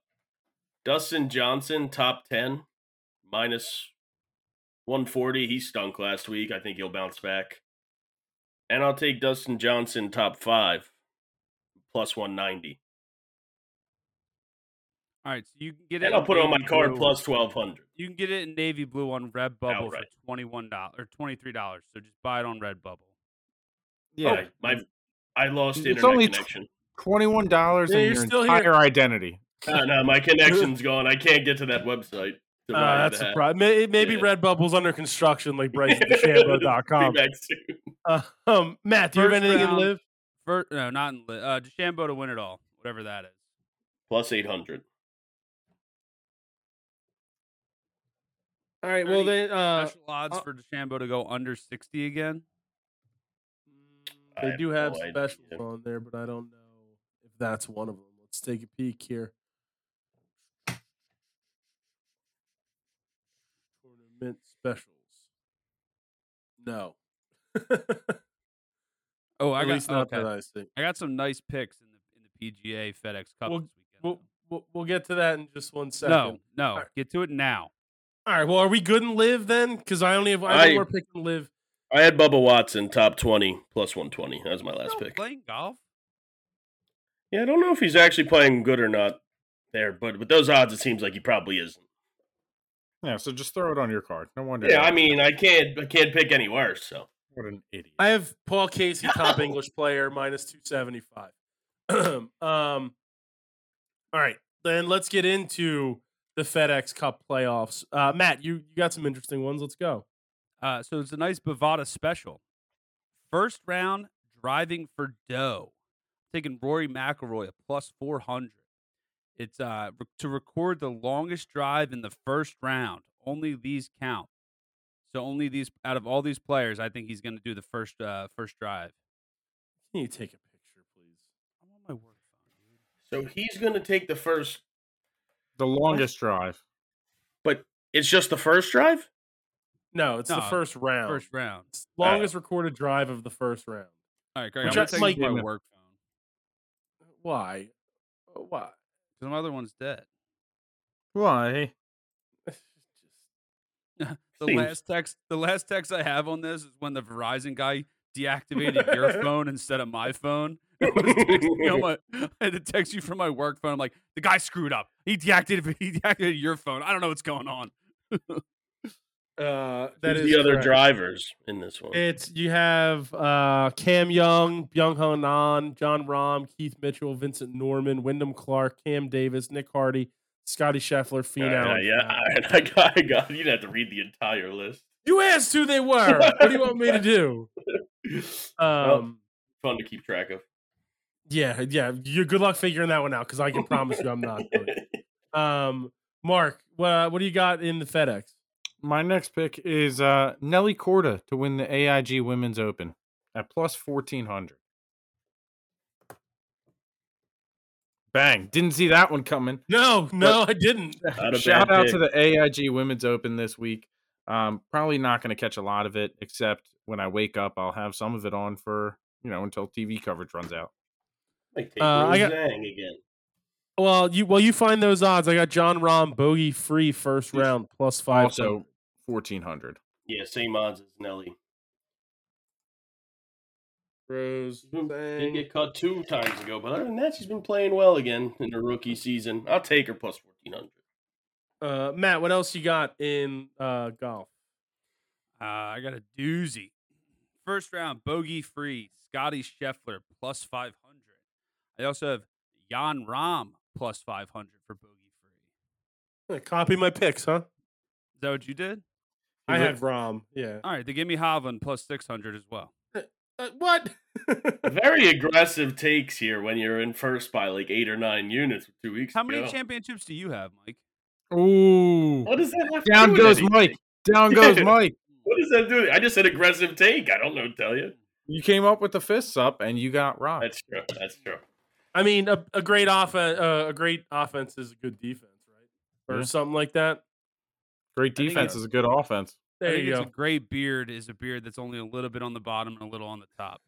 S4: Dustin Johnson top ten minus one forty. He stunk last week. I think he'll bounce back. And I'll take Dustin Johnson top five plus one ninety.
S3: All right, so you can get it.
S4: And I'll
S3: in
S4: put it on
S3: navy
S4: my card
S3: blue.
S4: plus twelve hundred.
S3: You can get it in navy blue on Redbubble
S4: Outright.
S3: for twenty one dollars or twenty three dollars. So just buy it on Redbubble.
S2: Oh.
S4: Yeah. my I lost
S5: Oh. It's
S4: internet
S5: only tw-
S4: connection.
S5: twenty one dollars
S2: Yeah,
S5: and
S2: you're
S5: your
S2: still here.
S5: entire identity.
S4: Ah, no,
S5: [LAUGHS]
S4: my connection's gone. I can't get to that website.
S3: Ah,
S4: to buy
S2: Uh, that's
S4: the
S2: a
S4: hat.
S2: problem. May- Maybe
S4: Yeah.
S2: Redbubble's under construction, like
S4: Be [LAUGHS]
S2: BryceDeChambeau.com.
S4: back soon.
S2: uh, um, Matt, do you have
S3: First
S2: anything
S3: round.
S2: in live?
S3: Ver- no, not in li- uh, DeChambeau to win it all, whatever that is.
S4: Plus eight hundred.
S2: All right.
S3: well,
S2: Well,
S3: Ernie,
S2: then uh,
S3: Special odds
S2: uh,
S3: for DeChambeau to go under sixty again.
S2: they do have
S4: mm, no
S2: specials
S4: idea.
S2: on there, but I don't know if that's one of them. Let's take a peek here. Tournament specials. No.
S3: Oh, I
S2: At
S3: got
S2: least not
S3: okay.
S2: that I see.
S3: I got some nice picks in the in the PGA FedEx Cup
S2: Well,
S3: this weekend.
S2: We'll, we'll, we'll get to that in just one
S3: though.
S2: second.
S3: no, no,
S2: Alright.
S3: get to it now.
S2: All right. Well, are we good and live then? Because I only have I,
S4: I-
S2: know we're picking live.
S4: I had Bubba Watson top twenty plus one twenty. That was my last
S3: Still
S4: pick.
S3: Playing golf.
S4: Yeah, I don't know if he's actually playing good or not there, but with those odds, it seems like he probably isn't.
S5: Yeah, so just throw it on your card. No wonder.
S4: Yeah,
S5: you're
S4: I
S5: like,
S4: mean, I can't, I can't pick any worse. So
S5: what an idiot.
S2: I have Paul Casey top English player minus two seventy five. [CLEARS THROAT] um. All right, then let's get into the FedEx Cup playoffs. Uh, Matt, you you got some interesting ones. Let's go.
S3: Uh, so it's a nice Bovada special. First round driving for dough. Taking Rory McIlroy at plus four hundred. It's uh, re- to record the longest drive in the first round. Only these count. So only these out of all these players, I think he's going to do the first uh, first drive.
S2: Can you take a picture, please?
S3: I'm on my work phone, dude.
S4: so he's gonna take the first.
S5: the longest drive.
S4: It's just the first drive.
S2: No, it's the
S3: No,
S2: first round.
S3: First round.
S2: It's longest recorded drive of the first round.
S3: All right, Greg.
S2: Which
S3: I'm gonna
S2: I-
S3: take
S2: like-
S3: my work phone
S2: Why? Why?
S3: because my other one's dead.
S5: Why?
S3: The
S4: Seems-
S3: last [LAUGHS] text, the last text I have on this is when the
S2: [LAUGHS]
S3: Verizon guy deactivated your phone instead of my phone. I, was
S2: [LAUGHS]
S3: texting
S4: [LAUGHS]
S3: you on my- I had to text you from my work phone. I'm like, the guy screwed up. He deactivated, [LAUGHS] he deactivated your phone. I don't know what's going on.
S2: Uh, that is
S4: Who's the other
S2: correct.
S4: drivers in this one.
S2: It's you have uh, Cam Young, Byung Ho Nan, John Rahm, Keith Mitchell, Vincent Norman, Wyndham Clark, Cam Davis, Nick Hardy, Scotty Scheffler,
S4: All
S2: Finau.
S4: right,
S2: and
S4: yeah, [LAUGHS]
S2: Fab.
S4: all right, I got, I got. You'd have to read the entire list. [LAUGHS]
S2: You asked who they were. what do you want me to do? Um,
S4: Fun to keep track of.
S2: yeah, yeah. You good luck figuring that one out because I can promise you I'm not. Doing
S4: [LAUGHS]
S2: it. Um, Mark, what what do you got in the FedEx?
S5: My next pick is uh Nelly Corda to win the AIG Women's Open at plus fourteen hundred. Bang! Didn't see that one coming.
S2: No, no, I didn't.
S4: [LAUGHS] Not a
S5: Shout
S4: bad
S5: out
S4: pick.
S5: to the AIG Women's Open this week. Um, probably not going to catch a lot of it, except when I wake up, I'll have some of it on for you know until TV coverage runs out.
S4: Like, take
S2: Uh, I
S4: Lil
S2: got-
S4: Zhang again.
S2: Well, you well you find those odds. I got John Rahm bogey free first round plus five.
S5: Also, fourteen hundred.
S4: Yeah, same odds as Nelly.
S2: Rose.
S4: Didn't get caught two times ago, but other than that, she's been playing well again in her rookie season. I'll take her plus fourteen hundred.
S2: [LAUGHS] Uh, Matt, what else you got in uh, golf?
S3: Uh, I got a doozy. First round, bogey free, Scotty Scheffler plus 500. I also have Jan Rahm plus 500 for Boogie Free.
S2: Yeah, Eh, Copy my picks, huh?
S3: Is that what you did?
S2: I
S5: look-
S2: had Rom. Yeah.
S3: All right, then give me Hovland plus 600 as well.
S2: Uh, what? [LAUGHS]
S4: Very aggressive takes here when you're in first by like eight or nine units two weeks
S3: How many
S4: ago.
S3: championships do you have, Mike?
S5: Ooh.
S4: what does that have to do
S5: Down
S4: with
S5: goes
S4: anything?
S5: Mike. Down
S4: [LAUGHS]
S5: goes
S4: Yeah.
S5: Mike.
S4: What does that do? I just said aggressive take. I don't know. Tell you.
S5: You came up with the fists up and you got robbed.
S4: That's true. That's true.
S2: I mean, a, a great offense. Uh, a great offense is a good defense, right? Or
S5: Yeah.
S2: something like that.
S5: Great
S3: I think
S5: defense
S3: it's-
S5: is a good offense.
S3: I
S2: There
S3: think
S2: you
S3: it's
S2: go.
S3: a great beard is a beard that's only a little bit on the bottom and a little on the top.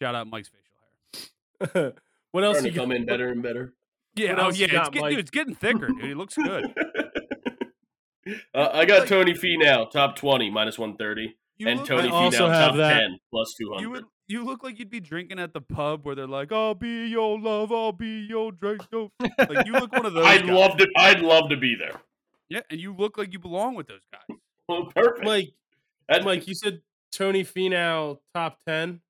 S3: Shout out Mike's facial hair.
S2: [LAUGHS] what else?
S4: Trying to
S2: you got-
S4: come in better and [LAUGHS] better.
S2: What
S3: Yeah, oh
S2: else you
S3: yeah, it's
S2: got,
S3: getting,
S2: Mike?
S3: dude, it's getting thicker, dude. He looks good.
S4: Uh, I got Tony Fee now, top twenty minus one thirty,
S3: You
S4: and
S3: look
S4: Tony Fee
S3: like,
S2: I also
S4: now top
S2: have that.
S4: ten plus two
S3: you would
S4: hundred.
S3: you look like you'd be drinking at the pub where they're like, "I'll be your love, I'll be your drink." Your... Like you look one
S4: [LAUGHS]
S3: of those.
S4: I'd
S3: guys.
S4: love to. I'd love to be there.
S3: Yeah, and you look like you belong with those guys.
S4: Well, perfect.
S2: Mike,
S4: That's
S2: Mike, you said Tony Finau top ten.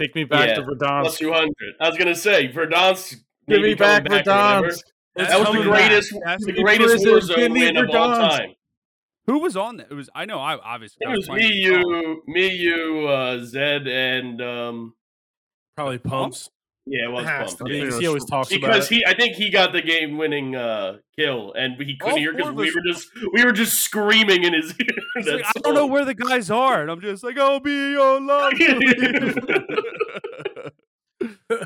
S5: Take me back
S4: Yeah.
S5: to
S4: plus
S5: Verdansk.
S4: two hundred. I was gonna say Verdansk.
S5: Give
S4: maybe
S5: me
S4: coming
S5: back
S4: or whatever.
S5: Verdansk.
S2: It's
S4: That was the
S2: coming back.
S4: greatest,
S3: That's
S4: the
S5: the
S4: greatest
S5: prison. Give
S4: Warzone
S5: me
S4: win of all
S5: Verdansk.
S4: time.
S3: Who was on that? It was I know I obviously
S4: It
S3: I
S4: was me,
S3: playing the song.
S4: you, me, you, uh, Zed, and um,
S2: Probably pumps.
S4: yeah, it was
S2: Has
S4: Bump.
S2: to
S4: yeah.
S2: be, 'cause He always talks about
S4: because
S2: it.
S4: he I think he got the game winning uh kill and he couldn't
S3: All
S4: hear
S3: four
S4: because
S3: of
S4: we
S3: us-
S4: were just we were just screaming in his ear.
S3: [LAUGHS] He's
S4: that
S3: like, I don't know
S4: song.
S3: where the guys are, and I'm just like, "I'll be your
S4: [LAUGHS]
S3: love."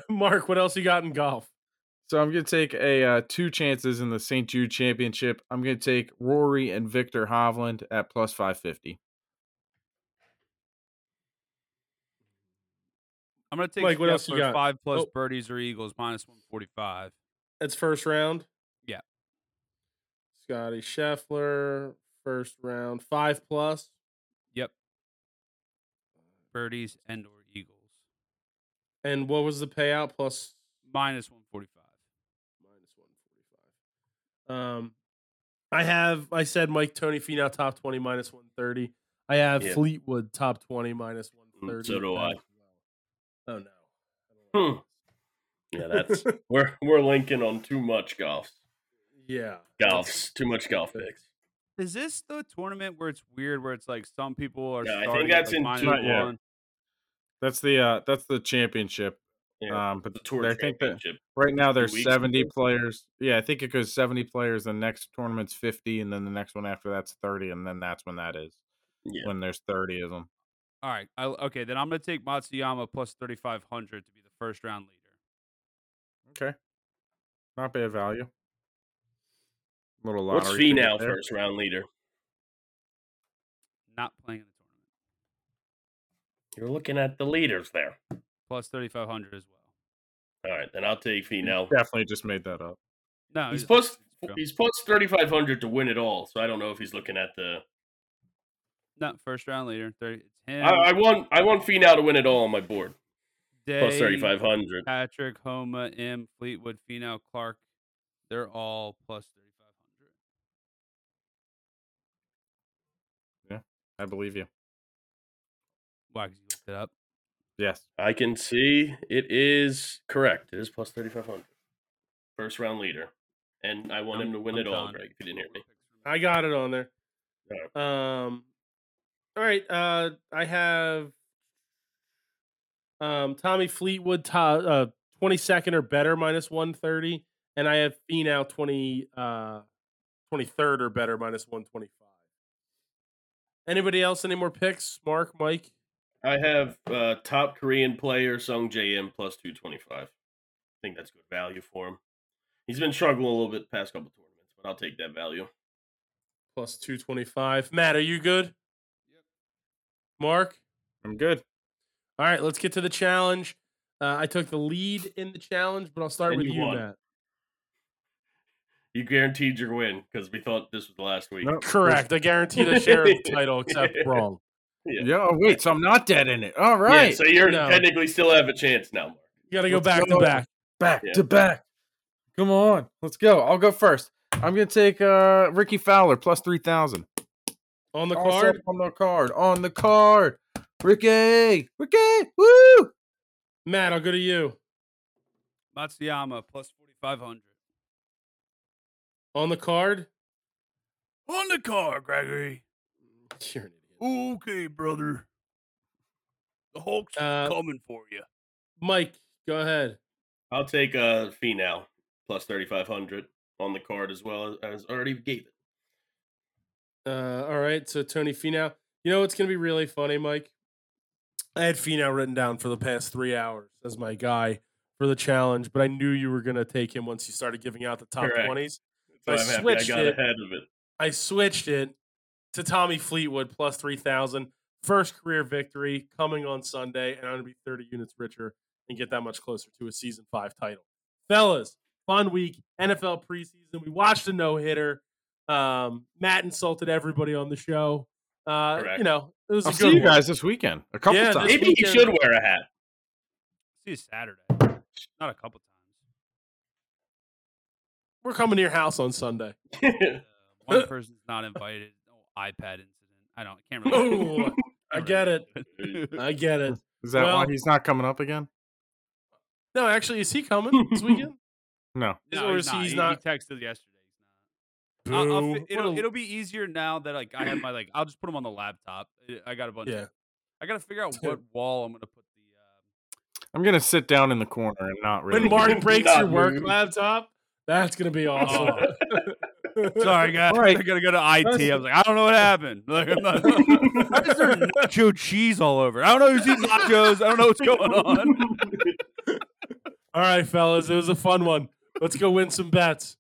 S2: [LAUGHS] Mark, what else you got in golf?
S5: So I'm going to take a uh, two chances in the St. Jude Championship. I'm going to take Rory and Victor Hovland at plus 550.
S3: I'm gonna take
S2: Mike, what else you
S3: Scheffler,
S2: got?
S3: five plus
S2: Oh.
S3: birdies or eagles minus one forty five.
S2: That's first round.
S3: Yeah.
S2: Scotty Scheffler, first round, five plus.
S3: Yep. Birdies and or eagles
S2: And what was the payout? Plus
S3: minus one forty five.
S2: minus one forty five. Um, I have. I said Mike Tony Finau top twenty minus one thirty. I have
S4: Yeah. Mm,
S2: Fleetwood top twenty minus one thirty.
S4: so do I.
S2: Oh no.
S4: Hmm. [LAUGHS] Yeah, that's we're we're linking on too much golf.
S2: Yeah.
S4: Golfs. Too much golf picks.
S3: Is this the tournament where it's weird, where it's like some people are?
S4: No, I think
S3: starting at,
S4: that's
S3: like,
S4: in
S3: minus
S4: two-
S5: Not yet.
S3: one.
S5: That's the uh, that's the championship.
S4: Yeah.
S5: Um, but
S4: the tour
S5: I think that
S4: championship.
S5: right now there's
S4: weeks, I
S5: 70
S4: think.
S5: players. Yeah, I think it goes 70 players. The next tournament's 50, and then the next one after that's 30, and then that's when that is
S4: Yeah.
S5: when there's 30 of them.
S3: All right, I, okay, then I'm gonna take Matsuyama plus thirty five hundred to be the first round leader.
S5: Okay, not bad value. Little lottery.
S4: What's fee
S5: ticket
S4: now
S5: there.
S4: first round leader?
S3: Not playing in the tournament.
S4: You're looking at the leaders there.
S3: Plus thirty five hundred as well.
S4: All right, then I'll take fee now.
S5: Definitely just made that up.
S3: No, it's-
S4: He's plus
S3: it's true.
S4: he's plus thirty five hundred to win it all, so I don't know if he's looking at the
S3: no first round leader. 30, it's him.
S4: I, I want I want Finau to win it all on my board. Plus
S3: Day,
S4: thirty five hundred.
S3: Patrick, Homa, M, Fleetwood, Finau, Clark. They're all plus thirty five hundred.
S5: I believe you.
S3: Why? Because you looked it up.
S5: Yes.
S4: I can see it is correct. It is plus 3,500. First round leader. And I want
S3: I'm-
S4: him to win
S3: I'm
S4: it all,
S3: done.
S4: Greg, if you didn't hear me.
S2: I got it on there.
S4: Oh.
S2: Um, all right. Uh, I have um Tommy Fleetwood top uh twenty second or better minus one thirty, and I have Finau twenty uh twenty third or better minus one twenty five. Anybody else? Any more picks? Mark, Mike.
S4: I have uh, top Korean player Sung JM plus 225. I think that's good value for him. He's been struggling a little bit the past couple tournaments, but I'll take that value.
S2: plus 225. Matt, are you good? Yep. Mark?
S5: I'm good.
S2: All right, let's get to the challenge. Uh, I took the lead in the challenge, but I'll start
S4: And
S2: with
S4: you
S2: you,
S4: won.
S2: Matt.
S4: You guaranteed your win because we thought this was the last week.
S5: Nope.
S2: Correct. I guarantee the sheriff title,
S5: [LAUGHS]
S2: except wrong.
S4: [LAUGHS] Yeah.
S5: Yeah. Oh, wait. So I'm not dead in it. All
S4: Yeah,
S5: right.
S4: so you're
S2: No.
S4: technically still have a chance now, Mark.
S2: You got to go
S5: Let's
S2: back
S5: go.
S2: to back.
S5: back
S4: Yeah.
S5: to back. Come on. Let's go. I'll go first. I'm going to take uh, Ricky Fowler plus 3,000.
S2: On the
S5: Also
S2: card,
S5: On the card. On the card. Ricky. Ricky. Woo.
S2: Matt, I'll go to you.
S3: Matsuyama plus forty 500.
S2: On the card?
S3: On the car, Gregory.
S2: You're an idiot.
S3: Okay, brother. The Hulk's
S2: Uh,
S3: coming for you.
S2: Mike, go ahead.
S4: I'll take uh fee now plus thirty five hundred on the card as well as already gave it.
S2: Uh, all right, so Tony Finau. You know what's going to be really funny, Mike? I had Finau written down for the past three hours as my guy for the challenge, but I knew you were going to take him once you started giving out the top
S4: Correct.
S2: 20s.
S4: So
S2: I
S4: I'm happy I
S2: switched
S4: got
S2: it.
S4: ahead of it.
S2: I switched it to Tommy Fleetwood plus 3,000. First career victory coming on Sunday, and I'm going to be 30 units richer and get that much closer to a season five title. Fellas, fun week, NFL preseason. We watched a no hitter. Um, Matt insulted everybody on the show. Uh,
S4: Correct.
S2: you know, it was
S5: I'll
S2: a
S5: see
S2: good
S5: you
S2: one.
S5: guys this weekend. A couple
S2: Yeah,
S5: times.
S2: this-
S4: Maybe he
S2: weekend-
S4: should wear a hat.
S3: See you Saturday. Not a couple times.
S2: We're coming to your house on Sunday.
S4: [LAUGHS]
S3: Uh, [LAUGHS] one person's not invited. No iPad incident. I don't. I can't [LAUGHS] remember.
S2: Ooh, I get it.
S3: [LAUGHS]
S2: I get it.
S5: Is that why
S2: Well-
S5: he's not coming up again?
S2: No, actually, is he coming this weekend?
S5: No.
S3: no,
S2: Or
S3: he's
S2: is
S3: not.
S2: he's
S3: He-
S2: not-
S3: He texted yesterday. He's not. I'll, I'll,
S2: Boo.
S3: fi- it'll,
S2: What a-
S3: it'll be easier now that like I have my like I'll just put them on the laptop. I- I got a bunch.
S2: yeah.
S3: Of, I got to
S2: [LAUGHS]
S3: figure out what wall I'm gonna put the. uh,
S5: I'm gonna sit down in the corner and [LAUGHS] not really.
S2: when Mark
S4: Not
S2: breaks your work
S4: moving.
S2: laptop, that's gonna be awesome.
S3: Um... Sorry guys,
S5: All right.
S3: I gotta go to IT. I was like, I don't know what happened. [LAUGHS] Like, I'm not, why is there nacho cheese all over? I don't know who's eating nachos. I don't know what's going on.
S2: All right, fellas, it was a fun one. Let's go win some bets.